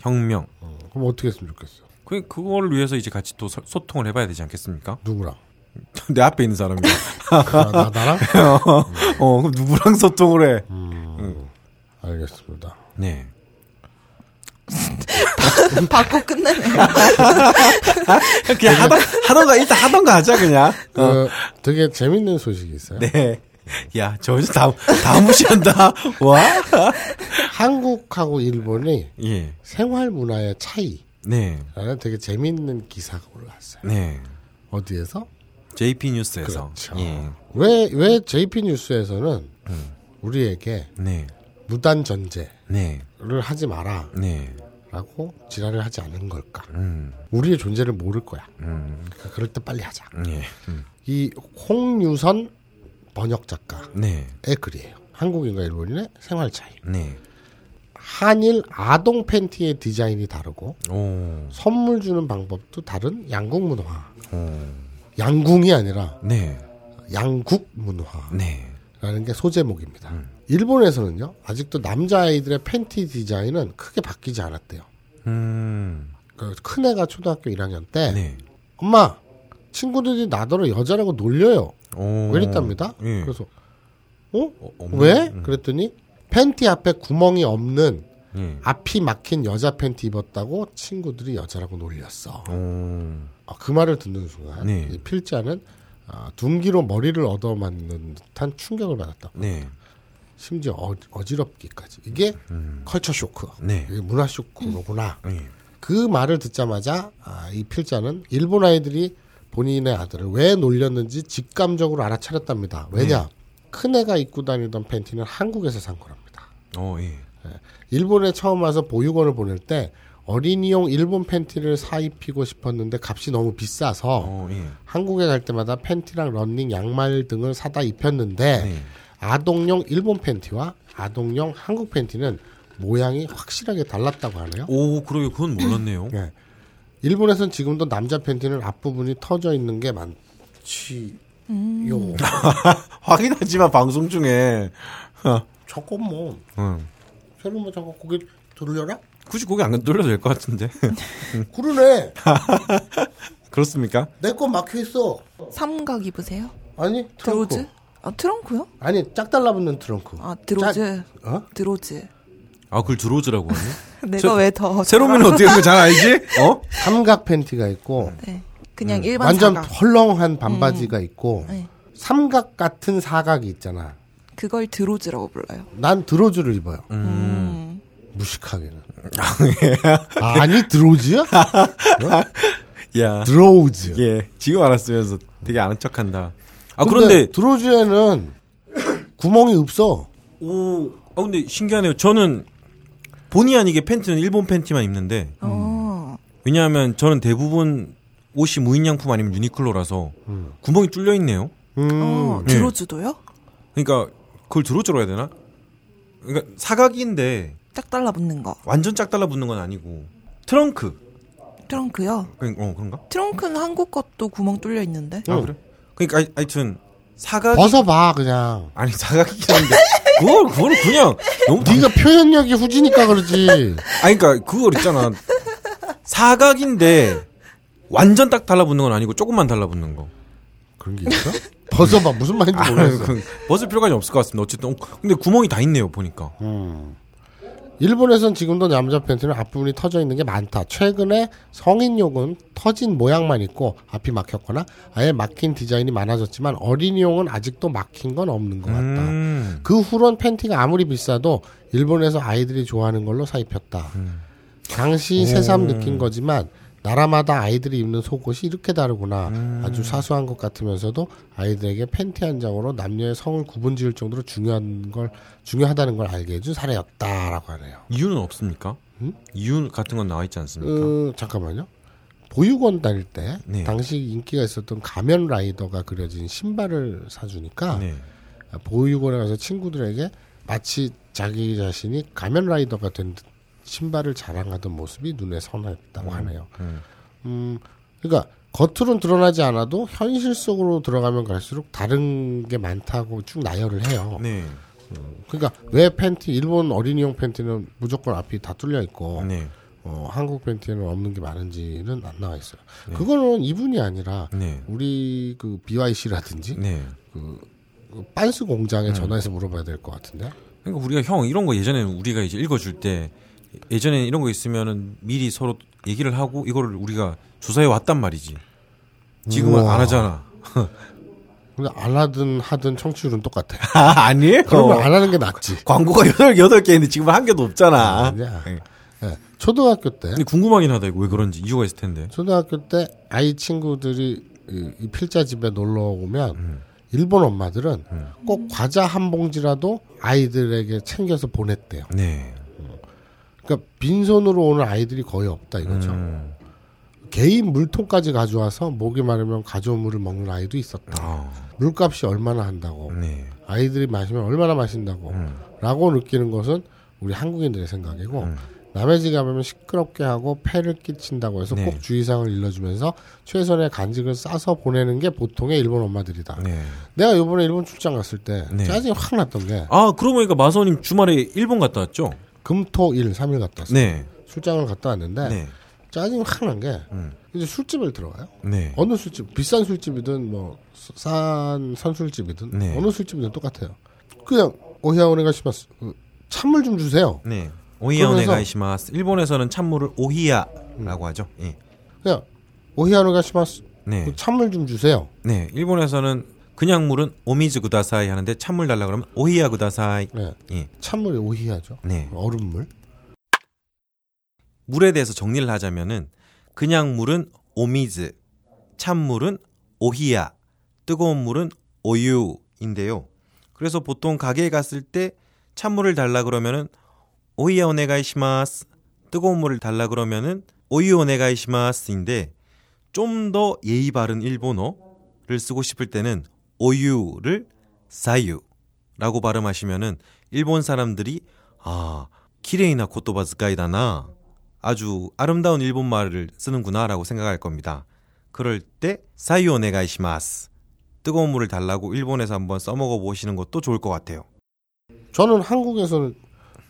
Speaker 2: 혁명.
Speaker 3: 그럼 어떻게 했으면 좋겠어? 요
Speaker 2: 그 그걸 위해서 이제 같이 또 서- 소통을 해봐야 되지 않겠습니까?
Speaker 3: 누구랑? 그,
Speaker 2: 내 앞에 있는 사람이.
Speaker 3: 나, 나- 나랑?
Speaker 2: 어, 그럼 누구랑 소통을 해?
Speaker 3: 알겠습니다.
Speaker 2: 네.
Speaker 4: 받고 끝내네.
Speaker 2: 그냥 하던 하던가 일단 하던가 하자 그냥.
Speaker 3: 그, 되게 재밌는 소식이 있어요.
Speaker 2: 네. 야, 저 여자 다, 다 무시한다. 와.
Speaker 3: 한국하고 일본이
Speaker 2: 예.
Speaker 3: 생활 문화의 차이라는
Speaker 2: 네.
Speaker 3: 되게 재밌는 기사가 올라왔어요.
Speaker 2: 네.
Speaker 3: 어디에서?
Speaker 2: JP 뉴스에서.
Speaker 3: 그렇죠.
Speaker 2: 예.
Speaker 3: 왜, 왜 JP 뉴스에서는 우리에게
Speaker 2: 네.
Speaker 3: 무단 전제를
Speaker 2: 네.
Speaker 3: 하지 마라.
Speaker 2: 네.
Speaker 3: 라고 지랄을 하지 않은 걸까?
Speaker 2: 음.
Speaker 3: 우리의 존재를 모를 거야.
Speaker 2: 음.
Speaker 3: 그러니까 그럴 때 빨리 하자.
Speaker 2: 예. 음.
Speaker 3: 이 홍유선 번역 작가의
Speaker 2: 네.
Speaker 3: 글이에요. 한국인과 일본인의 생활 차이.
Speaker 2: 네.
Speaker 3: 한일 아동 팬티의 디자인이 다르고
Speaker 2: 오.
Speaker 3: 선물 주는 방법도 다른 양국 문화. 양궁이 아니라
Speaker 2: 네.
Speaker 3: 양국 문화라는
Speaker 2: 네.
Speaker 3: 게 소제목입니다.
Speaker 2: 음.
Speaker 3: 일본에서는요 아직도 남자 아이들의 팬티 디자인은 크게 바뀌지 않았대요.
Speaker 2: 음.
Speaker 3: 그 큰애가 초등학교 1학년 때
Speaker 2: 네.
Speaker 3: 엄마 친구들이 나더러 여자라고 놀려요.
Speaker 2: 오.
Speaker 3: 그랬답니다.
Speaker 2: 예.
Speaker 3: 그래서 어?
Speaker 2: 어, 없는-
Speaker 3: 왜?
Speaker 2: 음.
Speaker 3: 그랬더니 팬티 앞에 구멍이 없는
Speaker 2: 예.
Speaker 3: 앞이 막힌 여자 팬티 입었다고 친구들이 여자라고 놀렸어.
Speaker 2: 오.
Speaker 3: 아, 그 말을 듣는 순간
Speaker 2: 네.
Speaker 3: 이 필자는 아, 둥기로 머리를 얻어맞는 듯한 충격을 받았다.
Speaker 2: 네.
Speaker 3: 심지어 어, 지럽기까지 이게 컬처 쇼크,
Speaker 2: 음. 네.
Speaker 3: 이게 문화 쇼크로구나.
Speaker 2: 예.
Speaker 3: 그 말을 듣자마자 아, 이 필자는 일본 아이들이 본인의 아들을 왜 놀렸는지 직감적으로 알아차렸답니다. 왜냐?
Speaker 2: 네.
Speaker 3: 큰애가 입고 다니던 팬티는 한국에서 산 거랍니다.
Speaker 2: 어, 예.
Speaker 3: 일본에 처음 와서 보육원을 보낼 때 어린이용 일본 팬티를 사 입히고 싶었는데 값이 너무 비싸서
Speaker 2: 어, 예.
Speaker 3: 한국에 갈 때마다 팬티랑 런닝 양말 등을 사다 입혔는데 아동용 일본 팬티와 아동용 한국 팬티는 모양이 확실하게 달랐다고 하네요.
Speaker 2: 오, 그러게 그건 몰랐네요.
Speaker 3: 예. 일본에선 지금도 남자 팬티는 앞부분이 터져 있는 게 많지요.
Speaker 4: 음.
Speaker 2: 확인하지만 방송 중에 어.
Speaker 3: 저건 뭐
Speaker 2: 응.
Speaker 3: 새로 뭐 저거 고개 들으려나?
Speaker 2: 굳이 고개 안 돌려도 될 것 같은데.
Speaker 3: 그러네.
Speaker 2: 그렇습니까?
Speaker 3: 내 건 막혀 있어.
Speaker 4: 삼각 입으세요?
Speaker 3: 아니 트렁크.
Speaker 4: 드로즈? 아 트렁크요?
Speaker 3: 아니 짝 달라붙는 트렁크.
Speaker 4: 아 드로즈.
Speaker 3: 짝- 어?
Speaker 4: 드로즈.
Speaker 2: 아, 그걸 드로즈라고 하네.
Speaker 4: 내가 왜 더
Speaker 2: 새로미는 어떻게 그거 잘 알지? 어?
Speaker 3: 삼각 팬티가 있고
Speaker 4: 네. 그냥 일반
Speaker 3: 완전
Speaker 4: 사각.
Speaker 3: 헐렁한 반바지가 있고
Speaker 4: 네.
Speaker 3: 삼각 같은 사각이 있잖아.
Speaker 4: 그걸 드로즈라고 불러요.
Speaker 3: 난 드로즈를 입어요.
Speaker 4: 음.
Speaker 3: 무식하게는. 아, 예. 아니 드로즈야?
Speaker 2: 야.
Speaker 3: 드로즈.
Speaker 2: 예. 지금 알았으면서 되게 아는 척한다. 아,
Speaker 3: 근데
Speaker 2: 그런데
Speaker 3: 드로즈에는 구멍이 없어.
Speaker 2: 오, 아 근데 신기하네요. 저는 본의 아니게 팬티는 일본 팬티만 입는데
Speaker 4: 어.
Speaker 2: 왜냐하면 저는 대부분 옷이 무인양품 아니면 유니클로라서 구멍이 뚫려 있네요.
Speaker 4: 어,
Speaker 2: 예.
Speaker 4: 드로즈도요?
Speaker 2: 그러니까 그걸 들어줘야 되나? 그러니까 사각인데
Speaker 4: 딱 달라붙는 거.
Speaker 2: 완전 짝 달라붙는 건 아니고 트렁크.
Speaker 4: 트렁크요?
Speaker 2: 그어 그런가?
Speaker 4: 트렁크는 한국 것도 구멍 뚫려 있는데.
Speaker 2: 아 그래? 그러니까 하여- 하여튼 사각 이
Speaker 3: 벗어봐 그냥.
Speaker 2: 아니 사각이긴 한데 그걸 그걸 그냥 너무 당-
Speaker 3: 네가 표현력이 후지니까 그러지.
Speaker 2: 아니 그러니까 그걸 있잖아 사각인데 완전 딱 달라붙는 건 아니고 조금만 달라붙는 거.
Speaker 3: 그런 게 있어? 벗어봐 무슨 말인지
Speaker 2: 아유,
Speaker 3: 모르겠어.
Speaker 2: 그, 벗을 필요가 없을 것 같습니다. 어쨌든 어, 근데 구멍이 다 있네요 보니까.
Speaker 3: 아, 일본에선 지금도 남자 팬티는 앞부분이 터져 있는 게 많다. 최근에 성인용은 터진 모양만 있고 앞이 막혔거나 아예 막힌 디자인이 많아졌지만 어린이용은 아직도 막힌 건 없는 것 같다.
Speaker 2: 음.
Speaker 3: 그 후론 팬티가 아무리 비싸도 일본에서 아이들이 좋아하는 걸로 사입혔다. 당시 새삼 느낀 거지만 나라마다 아이들이 입는 속옷이 이렇게 다르구나. 아주 사소한 것 같으면서도 아이들에게 팬티 한 장으로 남녀의 성을 구분지을 정도로 중요한 걸 중요하다는 걸 알게 해준 사례였다라고 하네요.
Speaker 2: 이유는 없습니까?
Speaker 3: 음?
Speaker 2: 이유 같은 건 나와 있지 않습니까?
Speaker 3: 어, 잠깐만요. 보육원 다닐 때
Speaker 2: 그러니까. 네.
Speaker 3: 당시 인기가 있었던 가면 라이더가 그려진 신발을 사주니까
Speaker 2: 네.
Speaker 3: 보육원에 가서 친구들에게 마치 자기 자신이 가면 라이더가 된 듯 신발을 자랑하던 모습이 눈에 선했다고 하네요.
Speaker 2: 음.
Speaker 3: 음, 그러니까 겉으로는 드러나지 않아도 현실 속으로 들어가면 갈수록 다른 게 많다고 쭉 나열을 해요.
Speaker 2: 네.
Speaker 3: 그러니까 왜 팬티 일본 어린이용 팬티는 무조건 앞이 다 뚫려 있고
Speaker 2: 네.
Speaker 3: 어, 한국 팬티에는 없는 게 많은지는 안 나와 있어요. 그거는 이분이 아니라
Speaker 2: 네.
Speaker 3: 우리 그 BYC라든지
Speaker 2: 네. 음.
Speaker 3: 그 빤스 공장에 전화해서 물어봐야 될 것 같은데.
Speaker 2: 그러니까 우리가 형 이런 거 예전에 우리가 이제 읽어줄 때 예전에 이런 거 있으면은 미리 서로 얘기를 하고 이거를 우리가 조사해 왔단 말이지. 지금은
Speaker 3: 우와.
Speaker 2: 안 하잖아.
Speaker 3: 근데 안 하든 하든 청취율은 똑같아.
Speaker 2: 아, 아니에요?
Speaker 3: 그러면 안 하는 게 낫지.
Speaker 2: 광고가 여덟 여덟 개인데 지금 한 개도 없잖아.
Speaker 3: 아니야.
Speaker 2: 네.
Speaker 3: 예. 초등학교 때
Speaker 2: 근데 궁금하긴 하다 이거 왜 그런지 이유가 있을 텐데.
Speaker 3: 초등학교 때 아이 친구들이 이, 이 필자 집에 놀러 오면
Speaker 2: 음.
Speaker 3: 일본 엄마들은 꼭 과자 한 봉지라도 아이들에게 챙겨서 보냈대요.
Speaker 2: 네.
Speaker 3: 그러니까 빈손으로 오는 아이들이 거의 없다 이거죠.
Speaker 2: 음.
Speaker 3: 개인 물통까지 가져와서 목이 마르면 가져온 물을 먹는 아이도 있었다.
Speaker 2: 아.
Speaker 3: 물값이 얼마나 한다고,
Speaker 2: 네.
Speaker 3: 아이들이 마시면 얼마나 마신다고,
Speaker 2: 음.
Speaker 3: 라고 느끼는 것은 우리 한국인들의 생각이고,
Speaker 2: 음.
Speaker 3: 남의 집 가면 시끄럽게 하고 폐를 끼친다고 해서
Speaker 2: 네.
Speaker 3: 꼭 주의사항을 일러주면서 최선의 간직을 싸서 보내는 게 보통의 일본 엄마들이다.
Speaker 2: 네.
Speaker 3: 내가 이번에 일본 출장 갔을 때
Speaker 2: 네.
Speaker 3: 짜증이 확 났던 게
Speaker 2: 아, 그러고 보니까 마선님 주말에 일본 갔다 왔죠?
Speaker 3: 금토일 삼일 갔다 왔어요.
Speaker 2: 네.
Speaker 3: 출장을 갔다 왔는데
Speaker 2: 네.
Speaker 3: 짜증 확난 게
Speaker 2: 음.
Speaker 3: 이제 술집을 들어가요.
Speaker 2: 네.
Speaker 3: 어느 술집 비싼 술집이든 뭐 싼 선술집이든
Speaker 2: 네.
Speaker 3: 어느 술집이든 똑같아요. 그냥 오히야오네가 시마스 음, 찬물 좀 주세요.
Speaker 2: 네. 오히야오네
Speaker 3: 그러면서-
Speaker 2: 가이시마스. 일본에서는 찬물을 오히야라고 하죠. 예.
Speaker 3: 그냥 오히야오네가 시마스
Speaker 2: 네.
Speaker 3: 찬물 좀 주세요.
Speaker 2: 네. 일본에서는 그냥 물은 오미즈 구다사이 하는데 찬물 달라 그러면 오히야 구다사이.
Speaker 3: 네.
Speaker 2: 예.
Speaker 3: 찬물이 오히야죠.
Speaker 2: 네.
Speaker 3: 얼음물.
Speaker 2: 물에 대해서 정리를 하자면은 그냥 물은 오미즈, 찬물은 오히야, 뜨거운 물은 오유인데요. 그래서 보통 가게에 갔을 때 찬물을 달라 그러면은 오히야 오네가이시마스, 뜨거운 물을 달라 그러면은 오유 오네가이시마스인데 좀 더 예의 바른 일본어를 쓰고 싶을 때는 오유를 사유라고 발음하시면은 일본 사람들이 아 키레이나 코토바즈카이다나 아주 아름다운 일본 말을 쓰는구나라고 생각할 겁니다. 그럴 때 사유 오네가이시마스 뜨거운 물을 달라고 일본에서 한번 써먹어 보시는 것도 좋을 것 같아요.
Speaker 3: 저는 한국에서는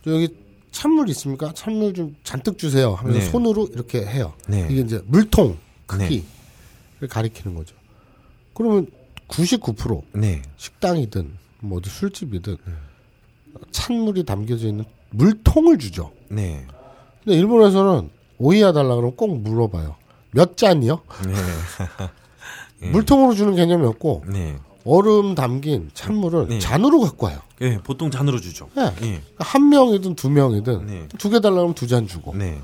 Speaker 3: 저 여기 찬물 있습니까? 찬물 좀 잔뜩 주세요. 하면서
Speaker 2: 네.
Speaker 3: 손으로 이렇게 해요.
Speaker 2: 네.
Speaker 3: 이게 이제 물통
Speaker 2: 네.
Speaker 3: 크기를 가리키는 거죠. 그러면 99%
Speaker 2: 네.
Speaker 3: 식당이든 뭐 어디 술집이든 찬물이 담겨져 있는 물통을 주죠.
Speaker 2: 네.
Speaker 3: 근데 일본에서는 오이야 달라 그러면 꼭 물어봐요. 몇 잔이요?
Speaker 2: 예.
Speaker 3: 물통으로 주는 개념이 없고
Speaker 2: 네.
Speaker 3: 얼음 담긴 찬물을
Speaker 2: 네.
Speaker 3: 잔으로 갖고 와요.
Speaker 2: 예, 보통 잔으로 주죠.
Speaker 3: 네.
Speaker 2: 예.
Speaker 3: 한 명이든 두 명이든
Speaker 2: 네.
Speaker 3: 두 개 달라면 두 잔 주고
Speaker 2: 네.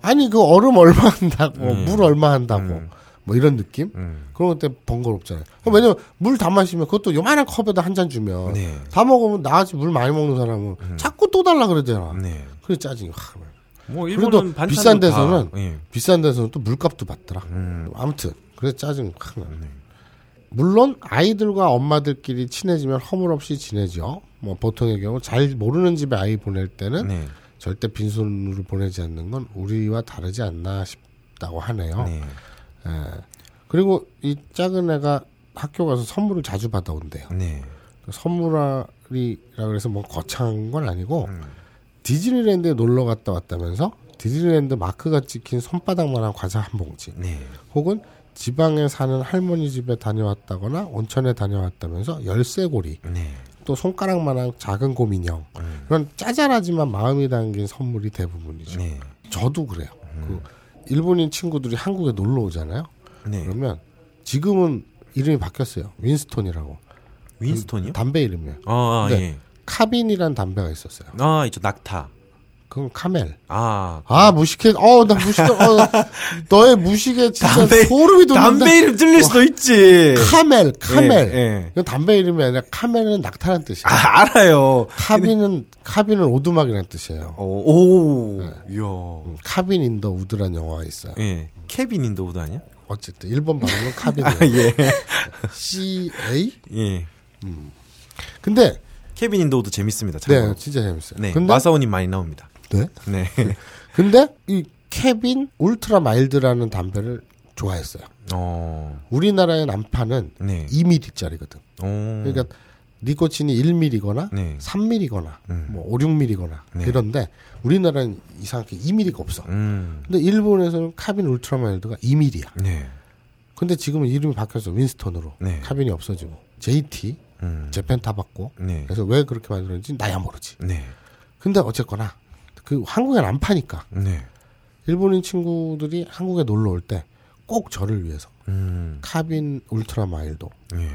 Speaker 3: 아니 그 얼음 얼마 한다고 물 얼마 한다고 뭐 이런 느낌
Speaker 2: 음.
Speaker 3: 그런 것 때문에 번거롭잖아요 그럼 왜냐면 물 다 마시면 그것도 요만한 컵에다 한 잔 주면
Speaker 2: 네. 음.
Speaker 3: 다 먹으면 나같이 물 많이 먹는 사람은 자꾸 또 달라 그러잖아
Speaker 2: 네.
Speaker 3: 그래 짜증이 확 나요.
Speaker 2: 뭐
Speaker 3: 그래도 비싼 데서는
Speaker 2: 예.
Speaker 3: 비싼 데서는 또 물값도 받더라
Speaker 2: 음.
Speaker 3: 아무튼 그래서 짜증이 확 나요
Speaker 2: 네.
Speaker 3: 물론 아이들과 엄마들끼리 친해지면 허물없이 지내죠 뭐 보통의 경우 잘 모르는 집에 아이 보낼 때는
Speaker 2: 네.
Speaker 3: 절대 빈손으로 보내지 않는 건 우리와 다르지 않나 싶다고 하네요. 예.
Speaker 2: 네.
Speaker 3: 그리고 이 작은 애가 학교 가서 선물을 자주 받아온대요.
Speaker 2: 네.
Speaker 3: 선물알이라 그래서 뭐 거창한 건 아니고 디즈니랜드에 놀러 갔다 왔다면서 디즈니랜드 마크가 찍힌 손바닥만한 과자 한 봉지
Speaker 2: 네.
Speaker 3: 혹은 지방에 사는 할머니 집에 다녀왔다거나 온천에 다녀왔다면서 열쇠고리
Speaker 2: 네.
Speaker 3: 또 손가락만한 작은 곰인형 그런 짜잘하지만 마음이 담긴 선물이 대부분이죠.
Speaker 2: 네. 음.
Speaker 3: 저도 그래요. 그 일본인 친구들이 한국에 놀러 오잖아요.
Speaker 2: 네.
Speaker 3: 그러면 지금은 이름이 바뀌었어요. 윈스톤이라고
Speaker 2: 윈스톤이요?
Speaker 3: 담배 이름이에요.
Speaker 2: 아, 아
Speaker 3: 네.
Speaker 2: 예.
Speaker 3: 카빈이란 담배가 있었어요.
Speaker 2: 아, 있죠. 낙타.
Speaker 3: 그건 카멜.
Speaker 2: 아.
Speaker 3: 아 무식해. 어나 무식해. 어, 나- 너의 무식에 진짜
Speaker 2: 담배-
Speaker 3: 소름이 돋는다.
Speaker 2: 담배 이름 들릴 수도 있지.
Speaker 3: 카멜, 카멜.
Speaker 2: 예, 예.
Speaker 3: 이건 담배 이름이 아니라 카멜은 낙타란 뜻이에요.
Speaker 2: 아, 알아요.
Speaker 3: 카빈은 카빈은 오두막이란 뜻이에요.
Speaker 2: 어, 오, 오. 이야.
Speaker 3: 음, 카빈 인더 우드란 영화가 있어요.
Speaker 2: 예. 케빈 인도우드 아니야?
Speaker 3: 어쨌든 일본 발음은 카빈이에요.
Speaker 2: 예.
Speaker 3: C A.
Speaker 2: 예.
Speaker 3: 근데
Speaker 2: 케빈 인도우드 재밌습니다.
Speaker 3: 네
Speaker 2: 참고로.
Speaker 3: 진짜 재밌어요.
Speaker 2: 네.
Speaker 3: 근데
Speaker 2: 마사오님 많이 나옵니다.
Speaker 3: 네?
Speaker 2: 네.
Speaker 3: 근데 이 케빈 울트라 마일드라는 담배를 좋아했어요.
Speaker 2: 어.
Speaker 3: 우리나라의 남파는
Speaker 2: 네. 어.
Speaker 3: 2mm짜리거든.
Speaker 2: 오.
Speaker 3: 그러니까 니코틴이 1mm거나
Speaker 2: 네. 음.
Speaker 3: 3mm거나 뭐 5, 6mm거나 이런데 우리나라는 이상하게 2mm가 없어.
Speaker 2: 음.
Speaker 3: 근데 일본에서는 카빈 울트라 마일드가 2mm야.
Speaker 2: 네.
Speaker 3: 근데 지금은 이름이 바뀌어서 윈스턴으로
Speaker 2: 네.
Speaker 3: 카빈이 없어지고 JT
Speaker 2: 음.
Speaker 3: 재팬 타바코.
Speaker 2: 네.
Speaker 3: 그래서 왜 그렇게 만들었는지 나야 모르지.
Speaker 2: 네.
Speaker 3: 근데 어쨌거나 그 한국엔 안 파니까
Speaker 2: 네.
Speaker 3: 일본인 친구들이 한국에 놀러 올 때 꼭 저를 위해서
Speaker 2: 음.
Speaker 3: 카빈 울트라 마일도를
Speaker 2: 예.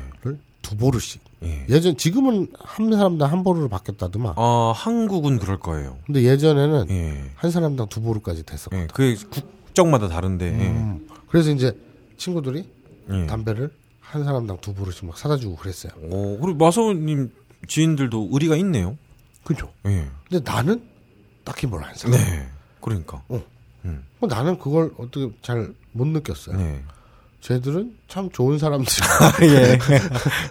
Speaker 3: 두 보루씩
Speaker 2: 예.
Speaker 3: 예전 지금은 한 사람당 한 보루로 바뀌었다더만
Speaker 2: 아, 한국은 그럴 거예요.
Speaker 3: 근데 예전에는
Speaker 2: 예.
Speaker 3: 한 사람당 두 보루까지 됐어
Speaker 2: 예. 그게 국적마다 다른데. 예.
Speaker 3: 음. 그래서 이제 친구들이
Speaker 2: 예.
Speaker 3: 담배를 한 사람당 두 보루씩 막 사다 주고 그랬어요
Speaker 2: 오, 그리고 마사오님 지인들도 의리가 있네요.
Speaker 3: 그죠
Speaker 2: 예.
Speaker 3: 근데 나는 딱히 뭘 안 사.
Speaker 2: 네. 그러니까.
Speaker 3: 뭐 나는 그걸 어떻게 잘 못 느꼈어요.
Speaker 2: 네.
Speaker 3: 쟤들은 참 좋은 사람들.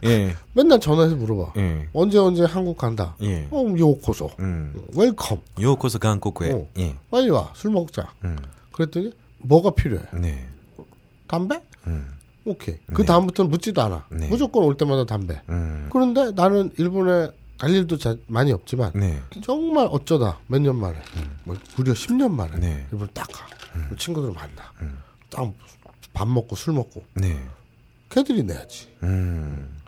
Speaker 2: 예. 예.
Speaker 3: 맨날 전화해서 물어봐.
Speaker 2: 예.
Speaker 3: 언제 언제 한국 간다.
Speaker 2: 예.
Speaker 3: 어, 요코소.
Speaker 2: 음.
Speaker 3: 웰컴.
Speaker 2: 요코스 한국에.
Speaker 3: 어.
Speaker 2: 예.
Speaker 3: 빨리 와. 술 먹자.
Speaker 2: 음.
Speaker 3: 그랬더니 뭐가 필요해?
Speaker 2: 네.
Speaker 3: 담배?
Speaker 2: 음.
Speaker 3: 오케이. 그 다음부터는 묻지도 않아.
Speaker 2: 네.
Speaker 3: 무조건 올 때마다 담배.
Speaker 2: 음.
Speaker 3: 그런데 나는 일본에 갈 일도 자- 많이 없지만
Speaker 2: 네. 음.
Speaker 3: 정말 어쩌다 몇 년 만에 뭐 무려 10년 만에
Speaker 2: 네. 음.
Speaker 3: 일본 딱 가. 친구들 만나. 딱 밥 먹고 술 먹고
Speaker 2: 네.
Speaker 3: 걔들이 내야지.
Speaker 2: 음.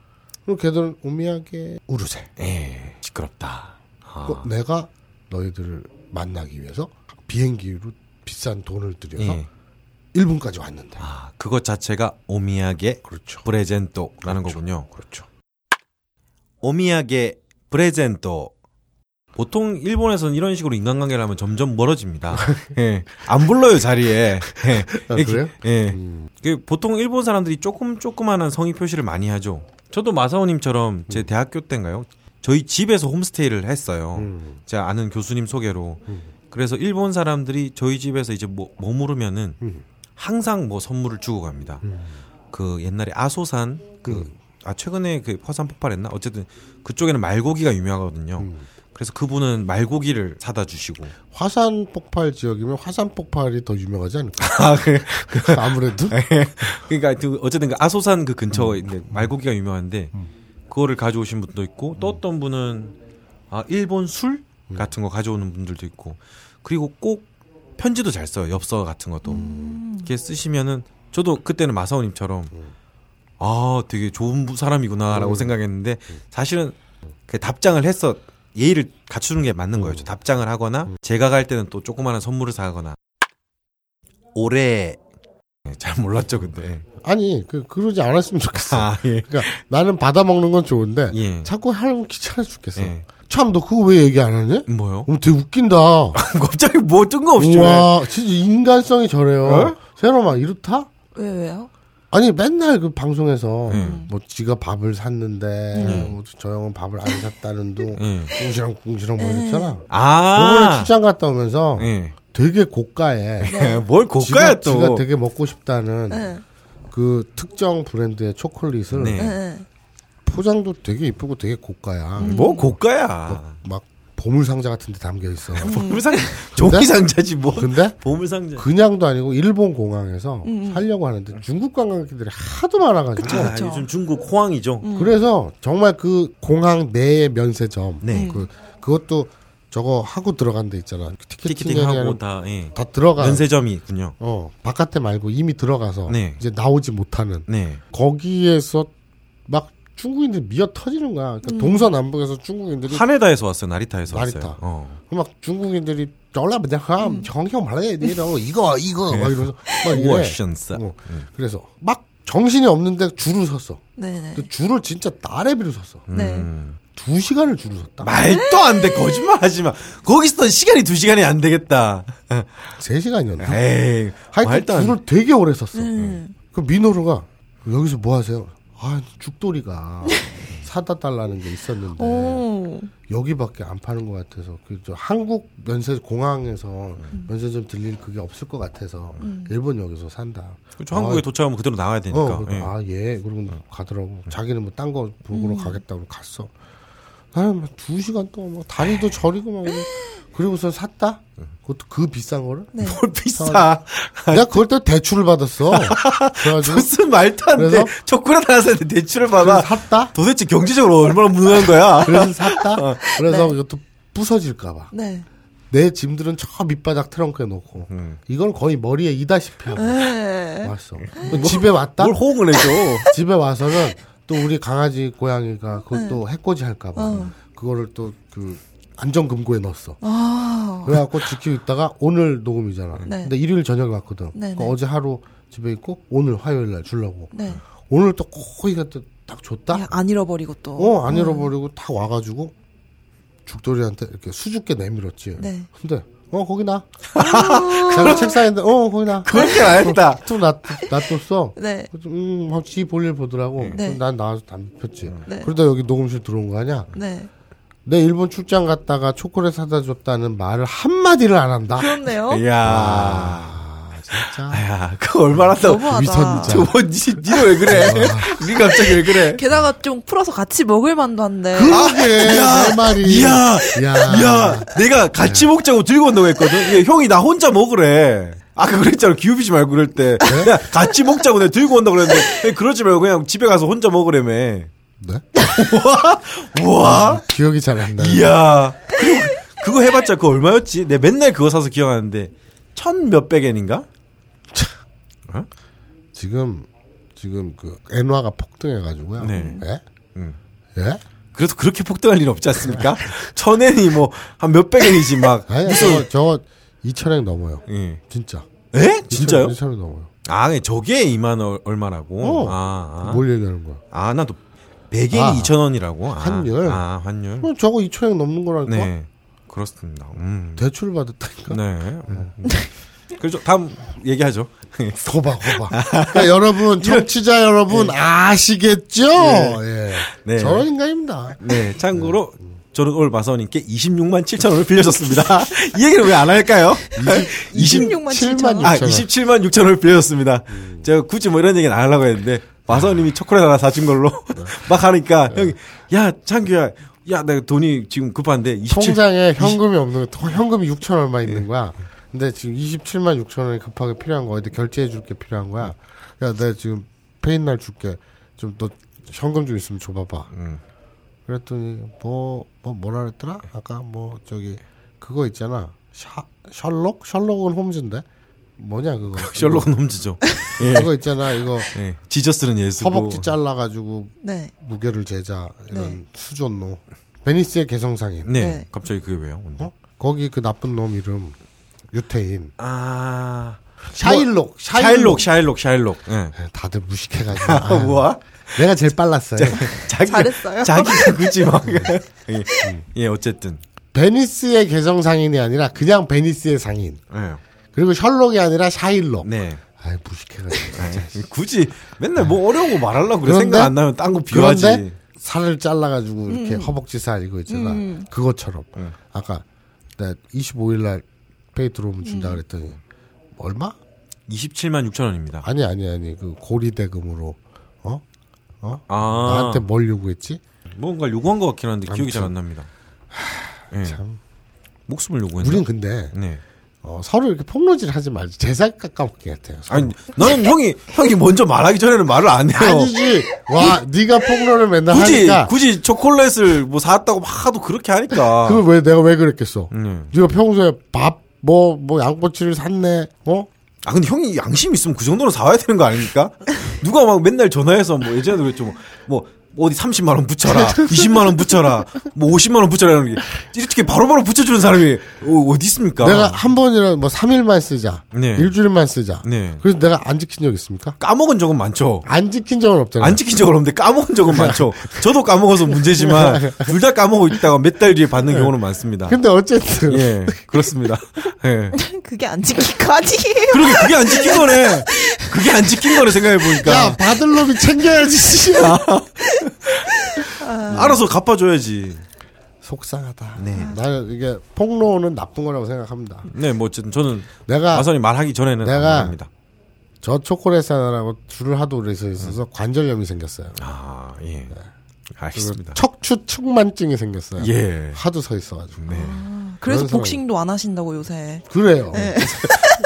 Speaker 3: 그리고 걔들은 우미하게 우르세.
Speaker 2: 예. 시끄럽다. 아.
Speaker 3: 그 내가 너희들을 만나기 위해서 비행기로 비싼 돈을 들여서
Speaker 2: 예.
Speaker 3: 일본까지 왔는데.
Speaker 2: 아, 그것 자체가 오미야게
Speaker 3: 그렇죠.
Speaker 2: 브레젠토라는 거군요.
Speaker 3: 그렇죠.
Speaker 2: 오미야게 브레젠토. 보통 일본에서는 이런 식으로 인간관계를 하면 점점 멀어집니다. 예. 안 불러요, 자리에. 예.
Speaker 3: 아, 그래요?
Speaker 2: 예.
Speaker 3: 음.
Speaker 2: 그 보통 일본 사람들이 조금 조그만한 성의 표시를 많이 하죠. 저도 마사오님처럼 제 대학교 때인가요? 저희 집에서 홈스테이를 했어요.
Speaker 3: 음.
Speaker 2: 제가 아는 교수님 소개로. 그래서 일본 사람들이 저희 집에서 이제 뭐, 머무르면은
Speaker 3: 음.
Speaker 2: 항상 뭐 선물을 주고 갑니다. 그 옛날에 아소산 그 아 최근에 그 화산 폭발했나? 어쨌든 그쪽에는 말고기가 유명하거든요. 그래서 그분은 말고기를 사다 주시고
Speaker 3: 음. 화산 폭발 지역이면 화산 폭발이 더 유명하지 않을까?
Speaker 2: 아 그래
Speaker 3: 아무래도
Speaker 2: 그러니까 그 어쨌든 그 아소산 그 근처에 있는 말고기가 유명한데 그거를 가져오신 분도 있고 또 어떤 분은 아 일본 술 같은 거 가져오는 분들도 있고 그리고 꼭 편지도 잘 써요 엽서 같은 것도 이렇게 쓰시면은 저도 그때는 마사오님처럼 아 되게 좋은 부- 사람이구나라고 생각했는데 사실은 그 답장을 해서 예의를 갖추는 게 맞는 거예요 답장을 하거나 제가 갈 때는 또 조그마한 선물을 사거나 올해 예, 잘 몰랐죠 근데
Speaker 3: 아니 그 그러지 않았으면 좋겠어.
Speaker 2: 아, 예.
Speaker 3: 그러니까 나는 받아 먹는 건 좋은데
Speaker 2: 예.
Speaker 3: 자꾸 하면 귀찮아 죽겠어.
Speaker 2: 예.
Speaker 3: 참 너 그거 왜 얘기 안 하냐?
Speaker 2: 뭐요?
Speaker 3: 음, 되게 웃긴다.
Speaker 2: 갑자기 뭐 뜬금없이 어? 왜?
Speaker 3: 와 진짜 인간성이 저래요. 새로만 이렇다?
Speaker 4: 왜 왜요?
Speaker 3: 아니 맨날 그 방송에서
Speaker 2: 음.
Speaker 3: 뭐 지가 밥을 샀는데 뭐 저 형은 밥을 안 샀다는 둥
Speaker 2: 예.
Speaker 3: 꿍시렁 꿍시렁 뭐 이랬잖아. 이번에
Speaker 2: 아.
Speaker 3: 출장 갔다 오면서
Speaker 2: 예.
Speaker 3: 되게 고가에
Speaker 2: 뭘 네. 고가야
Speaker 3: 어. 지가, 지가
Speaker 2: 또.
Speaker 3: 되게 먹고 싶다는
Speaker 4: 네.
Speaker 3: 그 특정 브랜드의 초콜릿을
Speaker 2: 네.
Speaker 4: 네.
Speaker 3: 포장도 되게 이쁘고 되게 고가야.
Speaker 2: 뭐 고가야.
Speaker 3: 막 보물 상자 같은 데 담겨 어. 있어. 그
Speaker 2: 보물상 종이 상자지 뭐.
Speaker 3: 근데
Speaker 2: 보물상자.
Speaker 3: 그냥도 아니고 일본 공항에서 살려고 하는데 중국 관광객들이 하도 많아가지고
Speaker 2: 아,
Speaker 4: 그쵸.
Speaker 2: 요즘 중국 호황이죠.
Speaker 3: 음. 그래서 정말 그 공항 내의 면세점
Speaker 2: 네.
Speaker 3: 그 그것도 저거 하고 들어간 데 있잖아.
Speaker 2: 티켓팅하고
Speaker 3: 티켓팅하고
Speaker 2: 다 예.
Speaker 3: 다 들어가.
Speaker 2: 면세점이 있군요.
Speaker 3: 어 바깥에 말고 이미 들어가서
Speaker 2: 네.
Speaker 3: 이제 나오지 못하는
Speaker 2: 네.
Speaker 3: 거기에서 막 중국인들 이 미어 터지는 거야. 그러니까 동서남북에서 중국인들이
Speaker 2: 하네다에서 왔어요. 나리타에서 왔어요.
Speaker 3: 음. 나리타.
Speaker 2: 어.
Speaker 3: 막 중국인들이 졸라매다
Speaker 4: 음.
Speaker 3: 정형 말해 이러고 이거 이거 막 이러면서 막 이래.
Speaker 2: 워션스.
Speaker 3: 어. 그래서 막 정신이 없는데 줄을 섰어.
Speaker 4: 네네.
Speaker 2: 음.
Speaker 3: 근데 줄을 진짜 나래비로 섰어.
Speaker 4: 네.
Speaker 3: 두 시간을 줄을 섰다.
Speaker 2: 말도 안 돼. 거짓말 하지 마. 거기서 시간이 두 시간이 안 되겠다.
Speaker 3: 세 시간이었나?
Speaker 2: 에이. 뭐
Speaker 3: 하여튼
Speaker 2: 말도 안
Speaker 3: 줄을 되게 오래 섰어.
Speaker 4: 음.
Speaker 3: 그 민호루가 여기서 뭐 하세요? 아 죽돌이가 사다 달라는 게 있었는데
Speaker 4: 오.
Speaker 2: 음.
Speaker 3: 여기밖에 안 파는 것 같아서 그저 한국 면세 공항에서
Speaker 4: 음.
Speaker 3: 면세점 들릴 그게 없을 것 같아서 일본 여기서 산다.
Speaker 2: 그렇죠. 한국에
Speaker 3: 아,
Speaker 2: 도착하면 그대로 나와야 되니까.
Speaker 3: 어,
Speaker 2: 예.
Speaker 3: 그러니까 아 예, 그러고 가더라고. 자기는 뭐 딴 거
Speaker 4: 음.
Speaker 3: 보러 가겠다고 그러고 갔어. 나는 막두 시간 동안 막
Speaker 4: 네.
Speaker 3: 다리도 저리고 막 그러고. 그리고서 샀다. 그것도 그 비싼 거를.
Speaker 4: 네.
Speaker 2: 뭘 비싸.
Speaker 3: 아, 내가 그럴 때 대출을 받았어. 그래가지고
Speaker 2: 무슨 말도 안 돼.
Speaker 3: 그래서?
Speaker 2: 초콜릿 하나 사는데 대출을 받아.
Speaker 3: 그래서 샀다.
Speaker 2: 도대체 경제적으로 얼마나 무능한 거야?
Speaker 3: 그래서 샀다.
Speaker 2: 어.
Speaker 3: 그래서 이것도 부서질까봐.
Speaker 4: 네.
Speaker 3: 내 짐들은 저 밑바닥 트렁크에 놓고.
Speaker 2: 음.
Speaker 3: 이건 거의 머리에 이다시피 하고
Speaker 4: 네.
Speaker 3: 왔어. 집에 왔다.
Speaker 2: 뭘 호응을 해줘.
Speaker 3: 집에 와서는 또 우리 강아지 고양이가
Speaker 4: 네.
Speaker 3: 그것도 해코지 할까봐
Speaker 4: 어.
Speaker 3: 그거를 또 그 안전금고에 넣었어.
Speaker 4: 아.
Speaker 3: 그래갖고 지키고 있다가 오늘 녹음이잖아.
Speaker 4: 네.
Speaker 3: 근데 일요일 저녁에 왔거든.
Speaker 4: 네,
Speaker 3: 그러니까
Speaker 4: 네.
Speaker 3: 어제 하루 집에 있고 오늘 화요일 날 주려고.
Speaker 4: 네.
Speaker 3: 오늘 또 코이가 또 딱 줬다.
Speaker 4: 그냥 안 잃어버리고 또.
Speaker 3: 아. 어, 안 잃어버리고 다 와가지고 죽돌이한테 이렇게 수줍게 내밀었지.
Speaker 4: 네. 아.
Speaker 3: 근데 어 거기 나. 자기 책상인데 어 거기 나.
Speaker 2: 그렇게 안 했다.
Speaker 3: 또 놔, 놔뒀어.
Speaker 4: 네.
Speaker 3: 그래서 음, 어, 지 볼일 보더라고.
Speaker 4: 네.
Speaker 3: 난 나와서 담배 폈지.
Speaker 4: 네.
Speaker 3: 그러다 여기 녹음실 들어온 거 아니야?
Speaker 4: 네.
Speaker 3: 내 일본 출장 갔다가 초콜릿 사다 줬다는 말을 한마디를 안 한다.
Speaker 4: 그렇네요.
Speaker 2: 야.
Speaker 3: 아, 진짜.
Speaker 2: 야, 그거 얼마나 더.
Speaker 4: 너무하다.
Speaker 3: 위선이죠.
Speaker 2: 저거 니, 니는 왜 그래? 니 갑자기 왜 그래?
Speaker 4: 게다가 좀 풀어서 같이 먹을 만도 한데. 아,
Speaker 3: 그게 내 말이.
Speaker 2: 이야!
Speaker 3: 야.
Speaker 2: 야, 내가
Speaker 4: 네.
Speaker 2: 같이 먹자고 들고 온다고 했거든? 얘, 형이 나 혼자 먹으래. 아까 그랬잖아. 기우비지 말고 그럴 때.
Speaker 4: 네?
Speaker 2: 야, 같이 먹자고 내가 들고 온다고 그랬는데. 야, 그러지 말고 그냥 집에 가서 혼자 먹으래며.
Speaker 3: 네?
Speaker 2: 우와!
Speaker 3: 기억이 잘 안 나.
Speaker 2: 이야. 그거, 그거 해봤자 그거 얼마였지? 내 맨날 그거 사서 기억하는데. 천 몇백엔인가?
Speaker 3: 지금 지금 그 엔화가 폭등해가지고요.
Speaker 2: 네.
Speaker 3: 예?
Speaker 2: 음.
Speaker 3: 예?
Speaker 2: 그래도 그렇게 폭등할 일 없지 않습니까? 천엔이 뭐 한 몇백엔이지 막.
Speaker 3: 아니 저거 저거 2천엔 넘어요.
Speaker 2: 네. 예.
Speaker 3: 진짜.
Speaker 2: 에? 진짜요?
Speaker 3: 2천엔 넘어요.
Speaker 2: 아, 네, 저게 2만 얼- 얼마라고?
Speaker 3: 어.
Speaker 2: 아, 아.
Speaker 3: 뭘 얘기하는 거야?
Speaker 2: 아, 나도 100엔이
Speaker 3: 아.
Speaker 2: 2,000원이라고. 아,
Speaker 3: 환율. 뭐,
Speaker 2: 아, 환율.
Speaker 3: 그럼 저거 2천엔 넘는 거라니까.
Speaker 2: 네. 그렇습니다. 음.
Speaker 3: 대출 받았다니까. 어.
Speaker 2: 네. 음. 그렇죠. 다음 얘기하죠.
Speaker 3: 호박 호박. 그러니까
Speaker 2: 예.
Speaker 3: 여러분 청취자 여러분 아시겠죠? 예.
Speaker 2: 네.
Speaker 3: 저런 인간입니다.
Speaker 2: 네, 참고로 저는 오늘 마사오님께 26만 7천 원을 빌려줬습니다. 이 얘기를 왜 안 할까요?
Speaker 4: 26만 7천 원.
Speaker 2: 아, 27만 6천 원을 빌려줬습니다. 제가 굳이 뭐 이런 얘기는 안 하려고 했는데 마사오님이 초콜릿 하나 사준 걸로 막 하니까 형이 야 창규야, 야 내가 돈이 지금 급한데 27.
Speaker 3: 통장에 현금이 없는 거, 현금이 6천 얼마
Speaker 2: 예.
Speaker 3: 있는 거야. 근데 지금 27만 6천 원이 급하게 필요한 거야. 근데 결제해 줄 게 필요한 거야. 야, 내가 지금 페인 날 줄게. 좀 너 현금 좀 있으면 줘봐봐.
Speaker 2: 음.
Speaker 3: 그랬더니 뭐, 뭐 뭐라 그랬더라? 아까 뭐 저기 그거 있잖아. 샤, 셜록? 셜록은 홈즈인데 뭐냐 그거?
Speaker 2: 셜록은 홈즈죠. 예.
Speaker 3: 그거 있잖아. 이거
Speaker 2: 예. 지저스는 예수고.
Speaker 3: 허벅지 잘라가지고
Speaker 4: 네.
Speaker 3: 무게를 재자 이런
Speaker 4: 네.
Speaker 3: 수존노. 베니스의 개성상인.
Speaker 2: 네.
Speaker 4: 네.
Speaker 2: 갑자기 그게 왜요? 오늘?
Speaker 3: 어? 거기 그 나쁜 놈 이름 유태인
Speaker 2: 아.
Speaker 3: 샤일록
Speaker 2: 뭐, 샤일록, 샤일록, 샤일록. 예.
Speaker 3: 예, 다들 무식해가지고
Speaker 2: 아,
Speaker 3: 아,
Speaker 2: 뭐야?
Speaker 3: 내가 제일 빨랐어요
Speaker 2: 자기
Speaker 4: 잘했어요.
Speaker 2: 자기가 굳이 막. 예, 예, 어쨌든.
Speaker 3: 베니스의 개성 상인이 아니라 그냥 베니스의 상인
Speaker 2: 예.
Speaker 3: 그리고 셜록이 아니라 샤일록
Speaker 2: 네.
Speaker 3: 아 무식해가지고
Speaker 2: 굳이 맨날 뭐 어려운 거 말하려고 그래.
Speaker 3: 네. 그런데-
Speaker 2: 생각 안 나면 딴 거 비워야지.
Speaker 3: 그런데 살을 잘라가지고 이렇게 허벅지 살 이거 있잖아 그것처럼
Speaker 2: 네.
Speaker 3: 아까 나 25일날 페이 들어오면 준다 그랬더니 얼마?
Speaker 2: 27만 6천 원입니다.
Speaker 3: 아니 아니 아니 그 고리 대금으로 어? 어?
Speaker 2: 아.
Speaker 3: 나한테 뭘 요구했지?
Speaker 2: 뭔가 요구한 것 같긴 한데 기억이 잘 안 납니다. 예.
Speaker 3: 참.
Speaker 2: 목숨을 요구했나?
Speaker 3: 우린 근데
Speaker 2: 네.
Speaker 3: 어, 서로 이렇게 폭로질 하지 말지. 제살 깎아먹기 같아요. 서로.
Speaker 2: 아니, 나는 형이 형이 먼저 말하기 전에는 말을 안 해요.
Speaker 3: 아니지. 와, 네가 폭로를 맨날
Speaker 2: 굳이
Speaker 3: 하니까.
Speaker 2: 굳이 초콜릿을 뭐 사왔다고 막 하도 그렇게 하니까.
Speaker 3: 그걸 왜 내가 왜 그랬겠어?
Speaker 2: 네.
Speaker 3: 네가 평소에 밥, 뭐, 뭐 양꼬치를 샀네. 어?
Speaker 2: 아 근데 형이 양심 있으면 그 정도는 사와야 되는 거 아닙니까? 누가 막 맨날 전화해서 뭐 예전에도 그랬죠 뭐, 뭐 어디 30만 원 붙여라, 20만 원 붙여라, 뭐 50만 원 붙여라 이런 게 이렇게 바로바로 붙여주는 사람이 어, 어디 있습니까?
Speaker 3: 내가 한 번이라도 뭐 3일만 쓰자.
Speaker 2: 네.
Speaker 3: 일주일만 쓰자.
Speaker 2: 네.
Speaker 3: 그래서 내가 안 지킨 적 있습니까?
Speaker 2: 까먹은 적은 많죠.
Speaker 3: 안 지킨 적은 없잖아.
Speaker 2: 안 지킨 적은 없는데 까먹은 적은 많죠. 저도 까먹어서 문제지만 둘 다 까먹고 있다가 몇 달 뒤에 받는 경우는 많습니다.
Speaker 3: 근데 어쨌든.
Speaker 2: 예, 그렇습니다. 예.
Speaker 4: 그게 안 지킬 거 아니에요.
Speaker 2: 그러게 그게 안 지킨 거네. 그게 안 지킨 거네 생각해
Speaker 3: 야,
Speaker 2: 보니까. 아.
Speaker 3: 받을 놈이 챙겨야지, 씨.
Speaker 2: 알아서 갚아줘야지.
Speaker 3: 속상하다. 나는 이게 폭로는 나쁜 거라고 생각합니다.
Speaker 2: 네, 뭐 어쨌든 저는
Speaker 3: 내가
Speaker 2: 마선이 말하기 전에는
Speaker 3: 아, 내가-
Speaker 2: 안 합니다.
Speaker 3: 저 초콜릿 사느라고 줄을 하도 오래 서 있어서 관절염이 생겼어요.
Speaker 2: 음. 아, 예.
Speaker 3: 네.
Speaker 2: 알겠습니다.
Speaker 3: 척추 측만증이 생겼어요.
Speaker 2: 예. 네.
Speaker 3: 하도 서 있어가지고.
Speaker 4: 그래서
Speaker 3: 그런 사람.
Speaker 4: 복싱도 안 하신다고 요새.
Speaker 3: 그래요.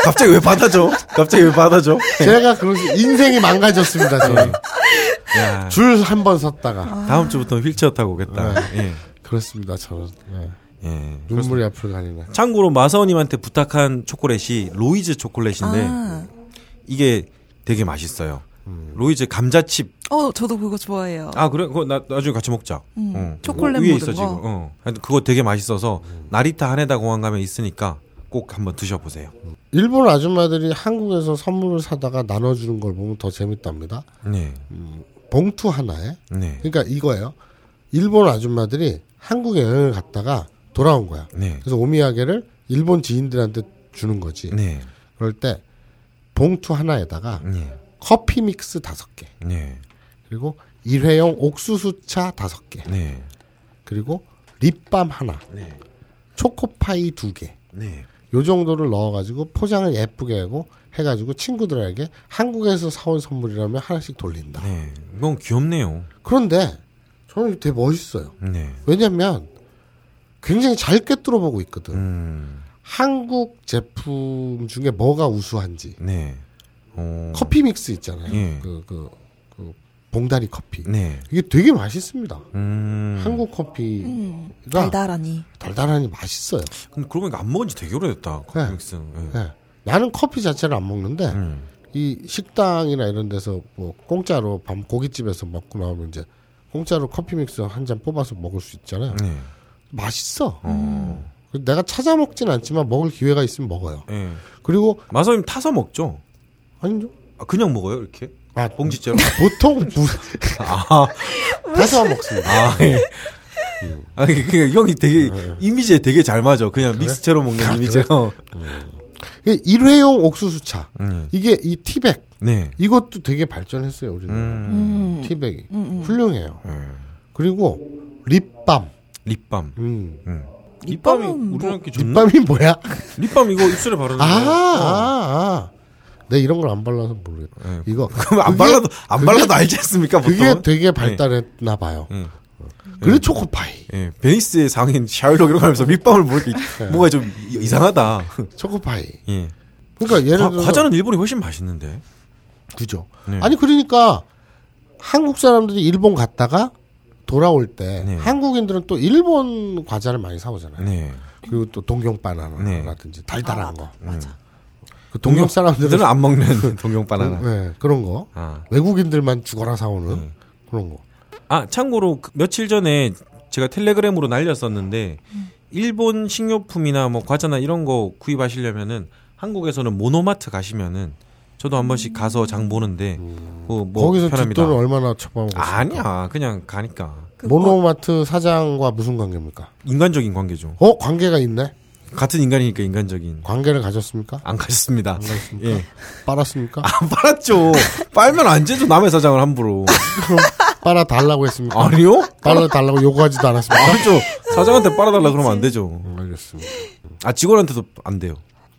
Speaker 2: 갑자기 왜 받아줘? 갑자기 왜 받아줘?
Speaker 3: 제가 그래서 인생이 망가졌습니다. 저는
Speaker 2: 네. 야,
Speaker 3: 줄 한 번 섰다가
Speaker 2: 다음 주부터 휠체어 타고 오겠다.
Speaker 3: 네.
Speaker 2: 예.
Speaker 3: 그렇습니다. 저는 예.
Speaker 2: 예.
Speaker 3: 눈물이 앞을 가리네.
Speaker 2: 참고로 마사오님한테 부탁한 초콜릿이 로이즈 초콜릿인데
Speaker 4: 아.
Speaker 2: 이게 되게 맛있어요. 로이즈 감자칩.
Speaker 4: 어, 저도 그거 좋아해요.
Speaker 2: 아 그래? 그거 나, 나중에 같이 먹자.
Speaker 4: 음.
Speaker 2: 어.
Speaker 4: 초콜릿
Speaker 2: 그거 위에 있어
Speaker 4: 묻은 거?
Speaker 2: 지금. 어. 하여튼 그거 되게 맛있어서 나리타 하네다 공항 가면 있으니까 꼭 한번 드셔보세요.
Speaker 3: 일본 아줌마들이 한국에서 선물을 사다가 나눠주는 걸 보면 더 재밌답니다.
Speaker 2: 네,
Speaker 3: 봉투 하나에
Speaker 2: 네,
Speaker 3: 그러니까 이거예요. 일본 아줌마들이 한국에 여행을 갔다가 돌아온 거야.
Speaker 2: 네,
Speaker 3: 그래서 오미야게를 일본 지인들한테 주는 거지.
Speaker 2: 네,
Speaker 3: 그럴 때 봉투 하나에다가
Speaker 2: 네,
Speaker 3: 커피 믹스 다섯 개
Speaker 2: 네,
Speaker 3: 그리고 일회용 옥수수차 다섯 개
Speaker 2: 네,
Speaker 3: 그리고 립밤 하나
Speaker 2: 네.
Speaker 3: 초코파이 두개요
Speaker 2: 네.
Speaker 3: 정도를 넣어가지고 포장을 예쁘게 하고 해가지고 친구들에게 한국에서 사온 선물이라면 하나씩 돌린다
Speaker 2: 네, 너무 귀엽네요.
Speaker 3: 그런데 저는 이거 되게 멋있어요
Speaker 2: 네,
Speaker 3: 왜냐면 굉장히 잘 꿰뚫어 보고 있거든
Speaker 2: 음,
Speaker 3: 한국 제품 중에 뭐가 우수한지
Speaker 2: 네, 어,
Speaker 3: 커피 믹스 있잖아요.
Speaker 2: 예.
Speaker 3: 그, 그, 그 봉다리 커피.
Speaker 2: 네,
Speaker 3: 이게 되게 맛있습니다.
Speaker 2: 음.
Speaker 3: 한국 커피가
Speaker 4: 달달하니.
Speaker 3: 그러니까. 달달하니 맛있어요.
Speaker 2: 그럼 그러고 보니까 안 먹은 지 되게 오래됐다.
Speaker 3: 네.
Speaker 2: 커피믹스. 네.
Speaker 3: 예. 나는 커피 자체를 안 먹는데
Speaker 2: 음.
Speaker 3: 이 식당이나 이런 데서 뭐 공짜로 밤 고깃집에서 먹고 나오면 이제 공짜로 커피 믹스 한 잔 뽑아서 먹을 수 있잖아요.
Speaker 2: 네.
Speaker 3: 맛있어. 내가 찾아 먹진 않지만 먹을 기회가 있으면 먹어요.
Speaker 2: 예.
Speaker 3: 그리고
Speaker 2: 마사님 타서 먹죠?
Speaker 3: 아니죠?
Speaker 2: 아, 그냥 먹어요 이렇게?
Speaker 3: 아
Speaker 2: 봉지째로?
Speaker 3: 보통 무... 다섯 번 먹습니다.
Speaker 2: 아, 예. 아, 그, 그, 형이 되게, 이미지에 되게 잘 맞아. 그냥 믹스채로 먹는 이미지가.
Speaker 3: 이게 일회용 옥수수차
Speaker 2: 음.
Speaker 3: 이게 이 티백
Speaker 2: 네.
Speaker 3: 이것도 되게 발전했어요 우리는
Speaker 2: 음, 예.
Speaker 4: 음.
Speaker 3: 티백이
Speaker 4: 음, 음.
Speaker 3: 훌륭해요. 그리고 립밤.
Speaker 2: 립밤.
Speaker 3: 음.
Speaker 2: 음.
Speaker 4: 립밤은
Speaker 2: 립밤이
Speaker 4: 뭐-
Speaker 2: 우리나라 게 좋나?
Speaker 3: 립밤이 뭐야?
Speaker 2: 립밤 이거 입술에 바르는
Speaker 3: 아,
Speaker 2: 거.
Speaker 3: 아, 아. 내 이런 걸 안 발라서 모르겠다.
Speaker 2: 예.
Speaker 3: 이거
Speaker 2: 어. 그럼 안
Speaker 3: 그게-
Speaker 2: 발라도 안
Speaker 3: 그게-
Speaker 2: 발라도 알지 않습니까 보통?
Speaker 3: 그게 되게 발달했나 봐요.
Speaker 2: 예.
Speaker 3: 그래 초코파이.
Speaker 2: 예. 베니스의 상인 샤일록 이런 거 하면서 립밤을 모르게
Speaker 3: 네.
Speaker 2: 뭔가 좀 이- 이상하다.
Speaker 3: 초코파이.
Speaker 2: 예.
Speaker 3: 그러니까 예를
Speaker 2: 과,
Speaker 3: 들어
Speaker 2: 과자는 일본이 훨씬 맛있는데.
Speaker 3: 그죠.
Speaker 2: 네.
Speaker 3: 아니 그러니까 한국 사람들이 일본 갔다가 돌아올 때
Speaker 2: 네.
Speaker 3: 한국인들은 또 일본 과자를 많이 사오잖아요.
Speaker 2: 네.
Speaker 3: 그리고 또 동경 바나나라든지 달달한 거.
Speaker 4: 맞아.
Speaker 3: 그 동경 사람들은
Speaker 2: 네. 사람들은 안 먹는 동경 바나나. 네.
Speaker 3: 네, 그런 거.
Speaker 2: 아.
Speaker 3: 외국인들만 죽어라 사오는 그런 거.
Speaker 2: 아 참고로 그 며칠 전에 제가 텔레그램으로 날렸었는데 일본 식료품이나 뭐 과자나 이런 거 구입하시려면은 한국에서는 모노마트 가시면은 저도 한 번씩 가서 장 보는데 어, 뭐
Speaker 3: 음. 거기서
Speaker 2: 편합니다.
Speaker 3: 뒷돈을 얼마나 처방하고
Speaker 2: 아니야 그냥 가니까
Speaker 3: 모노마트 사장과 무슨 관계입니까?
Speaker 2: 인간적인 관계죠.
Speaker 3: 어 관계가 있네.
Speaker 2: 같은 인간이니까 인간적인
Speaker 3: 관계를 가졌습니까?
Speaker 2: 안 가셨습니다. 예.
Speaker 3: 빨았습니까?
Speaker 2: 안 빨았죠. 빨면 안 재죠 남의 사장을 함부로.
Speaker 3: 빨아 달라고 했습니까?
Speaker 2: 아니요?
Speaker 3: 빨아 달라고 요구하지도 않았습니까?
Speaker 2: 그렇죠. 사장한테 빨아달라 그러면 안 되죠.
Speaker 3: 음, 알겠습니다.
Speaker 2: 아 직원한테도 안 돼요.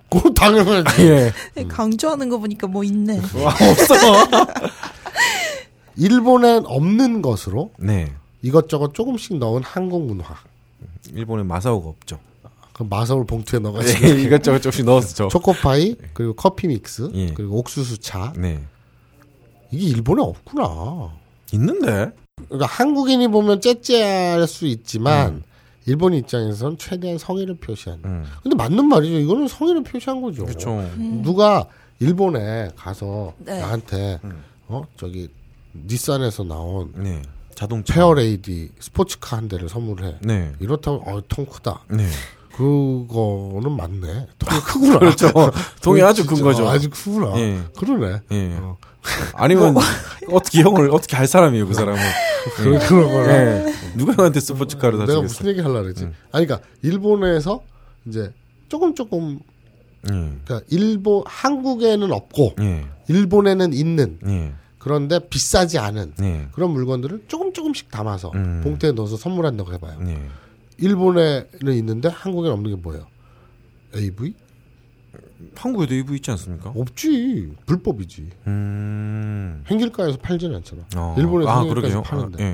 Speaker 3: 그건 당연하지.
Speaker 2: 예.
Speaker 4: 네, 강조하는 거 보니까 뭐 있네.
Speaker 2: 와, 아, 없어.
Speaker 3: 일본엔 없는 것으로
Speaker 2: 네.
Speaker 3: 이것저것 조금씩 넣은 한국 문화.
Speaker 2: 일본에 마사오가 없죠.
Speaker 3: 그 마사올 봉투에 넣어가지고
Speaker 2: 네, 이것저것 조금씩 넣었죠.
Speaker 3: 초코파이 그리고 커피 믹스
Speaker 2: 예.
Speaker 3: 그리고 옥수수차
Speaker 2: 네.
Speaker 3: 이게 일본에 없구나.
Speaker 2: 있는데?
Speaker 3: 그러니까 한국인이 보면 째째할 수 있지만 일본 입장에선 최대한 성의를 표시하는.
Speaker 2: 음.
Speaker 3: 근데 맞는 말이죠. 이거는 성의를 표시한 거죠.
Speaker 2: 그쵸.
Speaker 3: 누가 일본에 가서
Speaker 4: 네.
Speaker 3: 나한테
Speaker 2: 음.
Speaker 3: 어 저기 닛산에서 나온
Speaker 2: 네. 자동차.
Speaker 3: 페어레이디 스포츠카 한 대를 선물해.
Speaker 2: 네.
Speaker 3: 이렇다면 어통 크다.
Speaker 2: 네.
Speaker 3: 그거는 맞네. 통이 크구나.
Speaker 2: 그렇죠. 통이 아주 뭐- 큰
Speaker 3: 진짜 어,
Speaker 2: 거죠.
Speaker 3: 아주 크구나.
Speaker 2: 예.
Speaker 3: 그러네.
Speaker 2: 예.
Speaker 3: 어.
Speaker 2: 아니면 어떻게 형을 어떻게 할 사람이에요 그 사람은.
Speaker 3: 그, 그런 거네.
Speaker 2: 예. 음. 누가 형한테 스포츠카를
Speaker 3: 내가
Speaker 2: 사주겠어?
Speaker 3: 무슨 얘기 하려고 그랬지? 아니, 그러니까, 일본에서 이제 조금 조금,
Speaker 2: 예.
Speaker 3: 그러니까, 일본, 한국에는 없고,
Speaker 2: 예.
Speaker 3: 일본에는 있는,
Speaker 2: 예.
Speaker 3: 그런데 비싸지 않은
Speaker 2: 예.
Speaker 3: 그런 물건들을 조금 조금씩 담아서
Speaker 2: 음.
Speaker 3: 봉투에 넣어서 선물한다고 해봐요.
Speaker 2: 예.
Speaker 3: 일본에는 있는데 한국에는 없는 게 뭐예요? AV?
Speaker 2: 한국에도 일부 있지 않습니까?
Speaker 3: 없지. 불법이지.
Speaker 2: 음.
Speaker 3: 행길가에서 팔지는 않잖아.
Speaker 2: 어.
Speaker 3: 일본에서
Speaker 2: 아,
Speaker 3: 행길가에서
Speaker 2: 그러게요.
Speaker 3: 파는데.
Speaker 2: 아,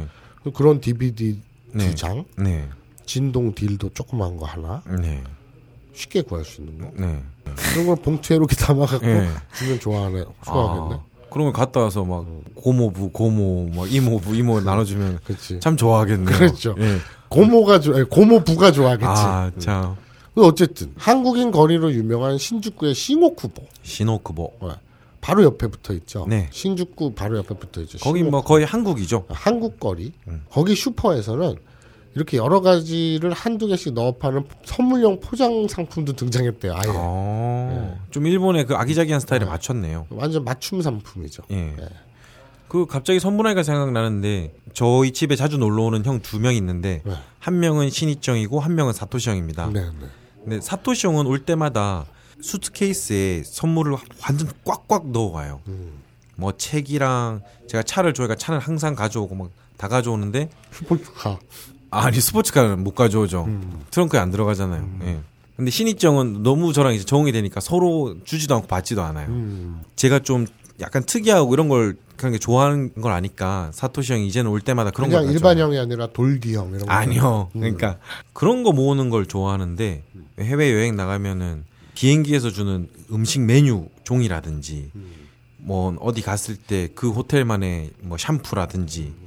Speaker 2: 예.
Speaker 3: 그런 DVD
Speaker 2: 네.
Speaker 3: 두 장,
Speaker 2: 네.
Speaker 3: 진동 딜도 조그만 거 하나,
Speaker 2: 네.
Speaker 3: 쉽게 구할 수 있는 거.
Speaker 2: 네.
Speaker 3: 그런 걸 봉투에 이렇게 담아갖고
Speaker 2: 예.
Speaker 3: 주면 좋아하네, 좋아하겠네. 음.
Speaker 2: 아, 그런 걸 갔다 와서 막 고모부, 고모, 막 이모부, 이모 나눠주면
Speaker 3: 그렇지.
Speaker 2: 참 좋아하겠네요.
Speaker 3: 그렇죠.
Speaker 2: 예.
Speaker 3: 고모가 좋아, 아니, 고모부가 좋아하겠지. 음.
Speaker 2: 아, 참.
Speaker 3: 근데 어쨌든 한국인 거리로 유명한 신주쿠의 시노쿠보,
Speaker 2: 시노크보.
Speaker 3: 네. 바로 옆에 붙어 있죠.
Speaker 2: 네.
Speaker 3: 신주쿠 바로 옆에 붙어 있죠.
Speaker 2: 거기 뭐 음. 거의
Speaker 3: 아,
Speaker 2: 한국이죠.
Speaker 3: 한국 거리 거기 슈퍼에서는 이렇게 여러 가지를 한두 개씩 넣어 파는 선물용 포장 상품도 등장했대요. 아예 예.
Speaker 2: 어, 좀 일본의 그 아기자기한 스타일에 맞췄네요.
Speaker 3: 완전 맞춤 상품이죠.
Speaker 2: 예. 그 갑자기 선물하니까 생각나는데 저희 집에 자주 놀러 오는 형 두 명 있는데
Speaker 3: 네.
Speaker 2: 한 명은 신이정이고 한 명은 사토시 형입니다.
Speaker 3: 네, 네.
Speaker 2: 근데 사토시 형은 올 때마다 수트케이스에 선물을 완전 꽉꽉 넣어가요.
Speaker 3: 음.
Speaker 2: 뭐 책이랑 제가 차를 좋아해가 차는 항상 가져오고 막 다 가져오는데
Speaker 3: 슈퍼카
Speaker 2: 아니 스포츠카는 못 가져오죠.
Speaker 3: 음.
Speaker 2: 트렁크에 안 들어가잖아요. 예. 근데 신입정은 너무 저랑 이제 적응이 되니까 서로 주지도 않고 받지도 않아요.
Speaker 3: 음.
Speaker 2: 제가 좀 약간 특이하고 이런 걸 그런 게 좋아하는 걸 아니까 사토시 형이 이제는 올 때마다 그런 걸
Speaker 3: 그냥
Speaker 2: 가져와요.
Speaker 3: 일반형이 아니라 돌기형 이런 거
Speaker 2: 아니요. 그러니까 그런 거 모으는 걸 좋아하는데 해외 여행 나가면은 비행기에서 주는 음식 메뉴 종이라든지 뭐 어디 갔을 때 그 호텔만의 뭐 샴푸라든지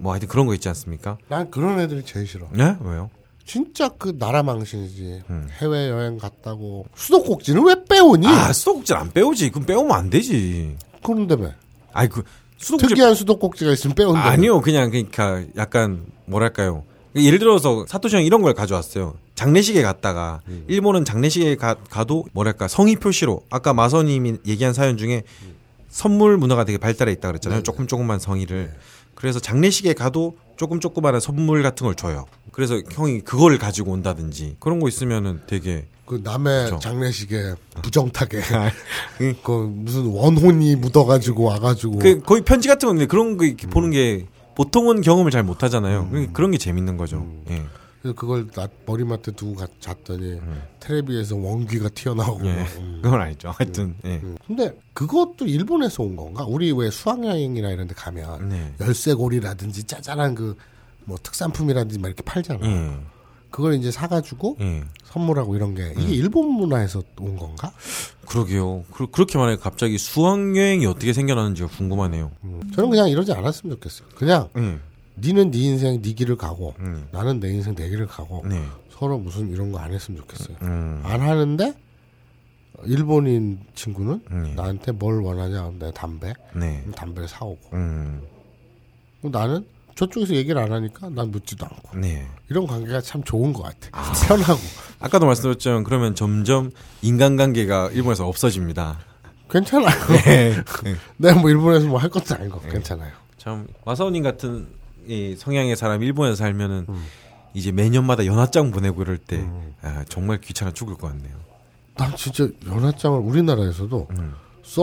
Speaker 2: 뭐 하여튼 그런 거 있지 않습니까?
Speaker 3: 난 그런 애들이 제일 싫어.
Speaker 2: 네? 왜요?
Speaker 3: 진짜 그 나라 망신이지. 해외 여행 갔다고 수도꼭지는 왜 빼오니?
Speaker 2: 음. 아 수도꼭지 안 빼오지. 그럼 빼오면 안 되지.
Speaker 3: 그런데 왜?
Speaker 2: 아니 그 수도꼭지
Speaker 3: 특이한 수도꼭지가 있으면 빼온다.
Speaker 2: 아니요, 그냥 그러니까 약간 뭐랄까요. 예를 들어서 사토시 형 이런 걸 가져왔어요. 장례식에 갔다가
Speaker 3: 음.
Speaker 2: 일본은 장례식에 가, 도 뭐랄까 성의 표시로 아까 마선님이 얘기한 사연 중에 선물 문화가 되게 발달해 있다
Speaker 3: 네,
Speaker 2: 그랬잖아요. 조금 조금만 성의를. 그래서 장례식에 가도 조금 조그마한 선물 같은 걸 줘요. 그래서 형이 그걸 가지고 온다든지 그런 거 있으면은 되게
Speaker 3: 그 남의 장례식에
Speaker 2: 아.
Speaker 3: 부정타게
Speaker 2: 음.
Speaker 3: 그 무슨 원혼이 묻어가지고 와가지고
Speaker 2: 그 거의 편지 같은 건데 그런 거 이렇게
Speaker 3: 음.
Speaker 2: 보는 게 보통은 경험을 잘 못 하잖아요. 그러니까 그런 게 재밌는 거죠.
Speaker 3: 음.
Speaker 2: 예.
Speaker 3: 그래서 그걸 나 머리맡에 두고 가- 잤더니 테레비에서 원귀가 튀어나오고
Speaker 2: 음. 예.
Speaker 3: 막, 음.
Speaker 2: 그건 아니죠. 하여튼 예.
Speaker 3: 음. 근데 그것도 일본에서 온 건가? 우리 왜 수학여행이나 이런 데 가면
Speaker 2: 네.
Speaker 3: 열쇠고리라든지 짜잘한 그 뭐 특산품이라든지 막 이렇게 팔잖아.
Speaker 2: 예.
Speaker 3: 그걸 이제 사가지고
Speaker 2: 예. 음.
Speaker 3: 선물하고 이런 게 이게 일본 문화에서 온 건가?
Speaker 2: 그러게요. 그, 렇게 말해 갑자기 수학여행이 어떻게 생겨나는지가 궁금하네요.
Speaker 3: 저는 그냥 이러지 않았으면 좋겠어요. 그냥
Speaker 2: 예.
Speaker 3: 니는 네 인생 네 길을 가고
Speaker 2: 음.
Speaker 3: 나는 내 인생 내 길을 가고
Speaker 2: 네.
Speaker 3: 서로 무슨 이런 거 안 했으면 좋겠어요.
Speaker 2: 음.
Speaker 3: 안 하는데 일본인 친구는
Speaker 2: 네.
Speaker 3: 나한테 뭘 원하냐? 내 담배,
Speaker 2: 네.
Speaker 3: 그럼 담배를 사오고
Speaker 2: 음.
Speaker 3: 그럼 나는 저쪽에서 얘기를 안 하니까 난 묻지도 않고
Speaker 2: 네.
Speaker 3: 이런 관계가 참 좋은 것 같아. 편하고
Speaker 2: 아까도 말씀드렸지만 그러면 점점 인간관계가 일본에서 없어집니다.
Speaker 3: 괜찮아요.
Speaker 2: 네.
Speaker 3: 내가 뭐 일본에서 뭐 할 것도 아니고 괜찮아요.
Speaker 2: 참 마사오님 같은 이 성향의 사람 일본에서 살면은
Speaker 3: 음.
Speaker 2: 이제 매년마다 연하장 보내고 이럴 때 아, 정말 귀찮아 죽을 것 같네요.
Speaker 3: 난 진짜 연하장을 우리나라에서도
Speaker 2: 음.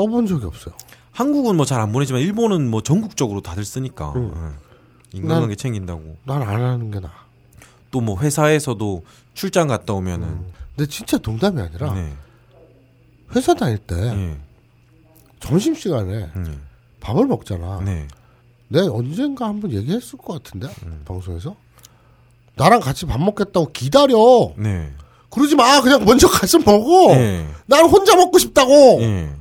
Speaker 3: 써본 적이 없어요.
Speaker 2: 한국은 뭐 잘 안 보내지만 일본은 뭐 전국적으로 다들 쓰니까
Speaker 3: 음.
Speaker 2: 예. 인간관계 챙긴다고
Speaker 3: 난 안 하는 게 나아.
Speaker 2: 또 뭐 회사에서도 출장 갔다 오면은
Speaker 3: 근데 진짜 농담이 음. 아니라 네.
Speaker 2: 네.
Speaker 3: 회사 다닐 때
Speaker 2: 예.
Speaker 3: 점심시간에
Speaker 2: 네.
Speaker 3: 밥을 먹잖아.
Speaker 2: 네.
Speaker 3: 내가 언젠가 한번 얘기했을 것 같은데 방송에서 나랑 같이 밥 먹겠다고 기다려
Speaker 2: 네.
Speaker 3: 그러지 마 그냥 먼저 가서 먹어 어.
Speaker 2: 예.
Speaker 3: 나는 혼자 먹고 싶다고
Speaker 2: 예.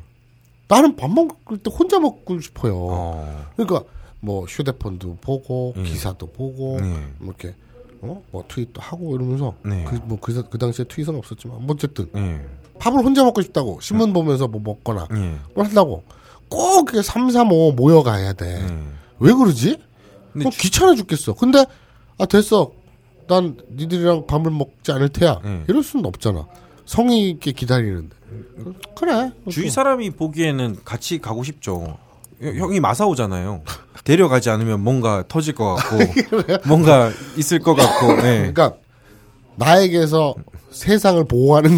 Speaker 3: 나는 밥 먹을 때 혼자 먹고 싶어요
Speaker 2: 어.
Speaker 3: 그러니까 뭐 휴대폰도 보고
Speaker 2: 예.
Speaker 3: 기사도 보고
Speaker 2: 예.
Speaker 3: 뭐 이렇게 어? 뭐 트윗도 하고 이러면서
Speaker 2: 네.
Speaker 3: 그, 뭐 그, 그 당시에 트윗은 없었지만 뭐 어쨌든
Speaker 2: 예.
Speaker 3: 밥을 혼자 먹고
Speaker 2: 네.
Speaker 3: 싶다고 신문 보면서 뭐 먹거나
Speaker 2: 예.
Speaker 3: 뭘 한다고 꼭 이렇게 3, 3, 5 모여가야 돼
Speaker 2: 예.
Speaker 3: 왜 그러지?
Speaker 2: 근데
Speaker 3: 어,
Speaker 2: 주-
Speaker 3: 귀찮아 죽겠어. 근데 아 됐어. 난 니들이랑 밥을 먹지 않을 테야.
Speaker 2: 네.
Speaker 3: 이럴 수는 없잖아. 성의 있게 기다리는데. 그래.
Speaker 2: 주위 사람이 보기에는 같이 가고 싶죠. 여- 형이 마사오잖아요. 데려가지 않으면 뭔가 터질 것 같고 뭔가 있을 것 같고 예.
Speaker 3: 그러니까 나에게서 세상을 보호하는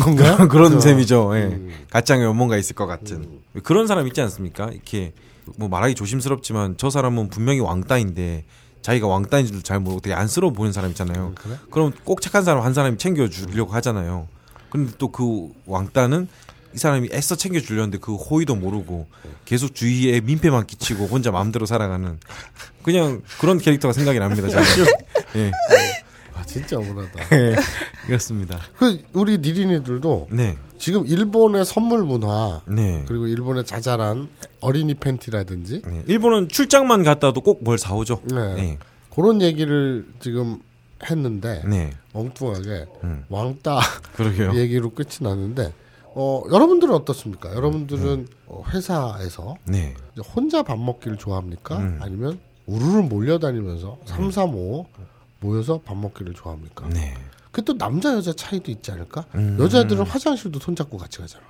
Speaker 3: 건가?
Speaker 2: 그런 셈이죠. 예. 가짱에 뭔가 있을 것 같은 그런 사람 있지 않습니까? 이렇게 뭐 말하기 조심스럽지만 저 사람은 분명히 왕따인데 자기가 왕따인 줄도 잘 모르고 되게 안쓰러워 보이는 사람 있잖아요.
Speaker 3: 그래?
Speaker 2: 음, 그럼 꼭 착한 사람 한 사람이 챙겨주려고 하잖아요. 근데 또 그 왕따는 이 사람이 애써 챙겨주려는데 그 호의도 모르고 계속 주위에 민폐만 끼치고 혼자 마음대로 살아가는 그냥 그런 캐릭터가 생각이 납니다. 저는. 예,
Speaker 3: 아 진짜 억울하다.
Speaker 2: 이렇습니다.
Speaker 3: 그 우리 니린이들도
Speaker 2: 네,
Speaker 3: 지금 일본의 선물 문화
Speaker 2: 네.
Speaker 3: 그리고 일본의 자잘한 어린이 팬티라든지
Speaker 2: 네. 일본은 출장만 갔다도 꼭 뭘 사오죠.
Speaker 3: 네.
Speaker 2: 네.
Speaker 3: 그런 얘기를 지금 했는데
Speaker 2: 네.
Speaker 3: 엉뚱하게
Speaker 2: 음.
Speaker 3: 왕따
Speaker 2: 그러게요.
Speaker 3: 얘기로 끝이 나는데 어 여러분들은 어떻습니까?
Speaker 2: 음.
Speaker 3: 여러분들은 어, 회사에서
Speaker 2: 네.
Speaker 3: 이제 혼자 밥 먹기를 좋아합니까?
Speaker 2: 음.
Speaker 3: 아니면 우르르 몰려다니면서 삼3 5 모여서 밥 먹기를 좋아합니까?
Speaker 2: 네. 음.
Speaker 3: 그 또 남자 여자 차이도 있지 않을까? 여자들은 화장실도 손잡고 같이 가잖아.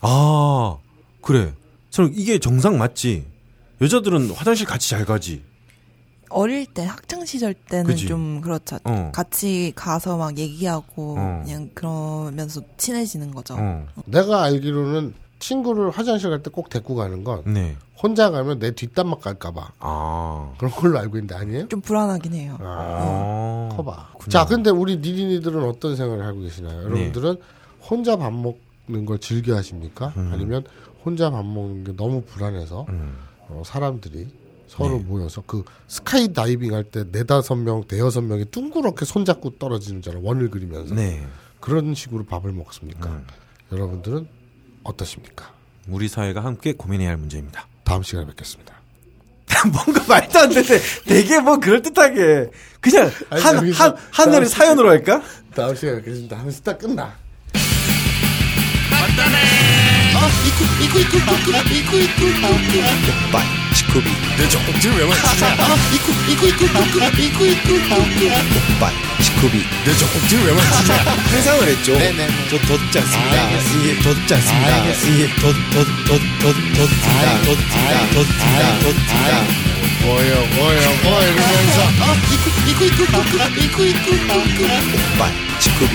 Speaker 2: 아, 그래. 저는 이게 정상 맞지. 여자들은 화장실 같이 잘 가지.
Speaker 4: 어릴 때 학창 시절 때는
Speaker 2: 그치.
Speaker 4: 좀 그렇죠.
Speaker 2: 어.
Speaker 4: 같이 가서 막 얘기하고
Speaker 2: 어.
Speaker 4: 그냥 그러면서 친해지는 거죠.
Speaker 2: 어.
Speaker 3: 내가 알기로는 친구를 화장실 갈 때 꼭 데리고 가는 건
Speaker 2: 네.
Speaker 3: 혼자 가면 내 뒷담만 갈까봐
Speaker 2: 아.
Speaker 3: 그런 걸로 알고 있는데 아니에요?
Speaker 4: 좀 불안하긴 해요.
Speaker 2: 아.
Speaker 3: 커봐. 자, 근데 우리 니린이들은 어떤 생각을 하고 계시나요? 여러분들은 혼자 밥 먹는 걸 즐겨 하십니까? 아니면 혼자 밥 먹는 게 너무 불안해서 어, 사람들이 서로 모여서 그 스카이 다이빙 할 때 네다섯 명, 대여섯 명이 둥그렇게 손잡고 떨어지는 줄 알아. 원을 그리면서.
Speaker 2: 네.
Speaker 3: 그런 식으로 밥을 먹습니까? 여러분들은 어떠십니까?
Speaker 2: 우리 사회가 함께 고민해야 할 문제입니다.
Speaker 3: 다음 시간에 뵙겠습니다.
Speaker 2: 뭔가 그러니까 말도 안 되는데 되게 뭐 그럴듯하게 그냥
Speaker 3: 아니,
Speaker 2: 한
Speaker 3: 여기서
Speaker 2: 한 한늘의
Speaker 3: 나올 수-
Speaker 2: 사연으로 할까?
Speaker 3: 다음 시간에 뵙겠습니다. 하면 스타 끝나.
Speaker 8: 회상을 했죠. 저 더듬지 않습니다. 이게 더듬지 않습니다. 이게 더더더더더더더다 더듬다 더듬다 더듬다.
Speaker 3: 뭐야 뭐야 뭐 이러면서
Speaker 8: 오빠 직급이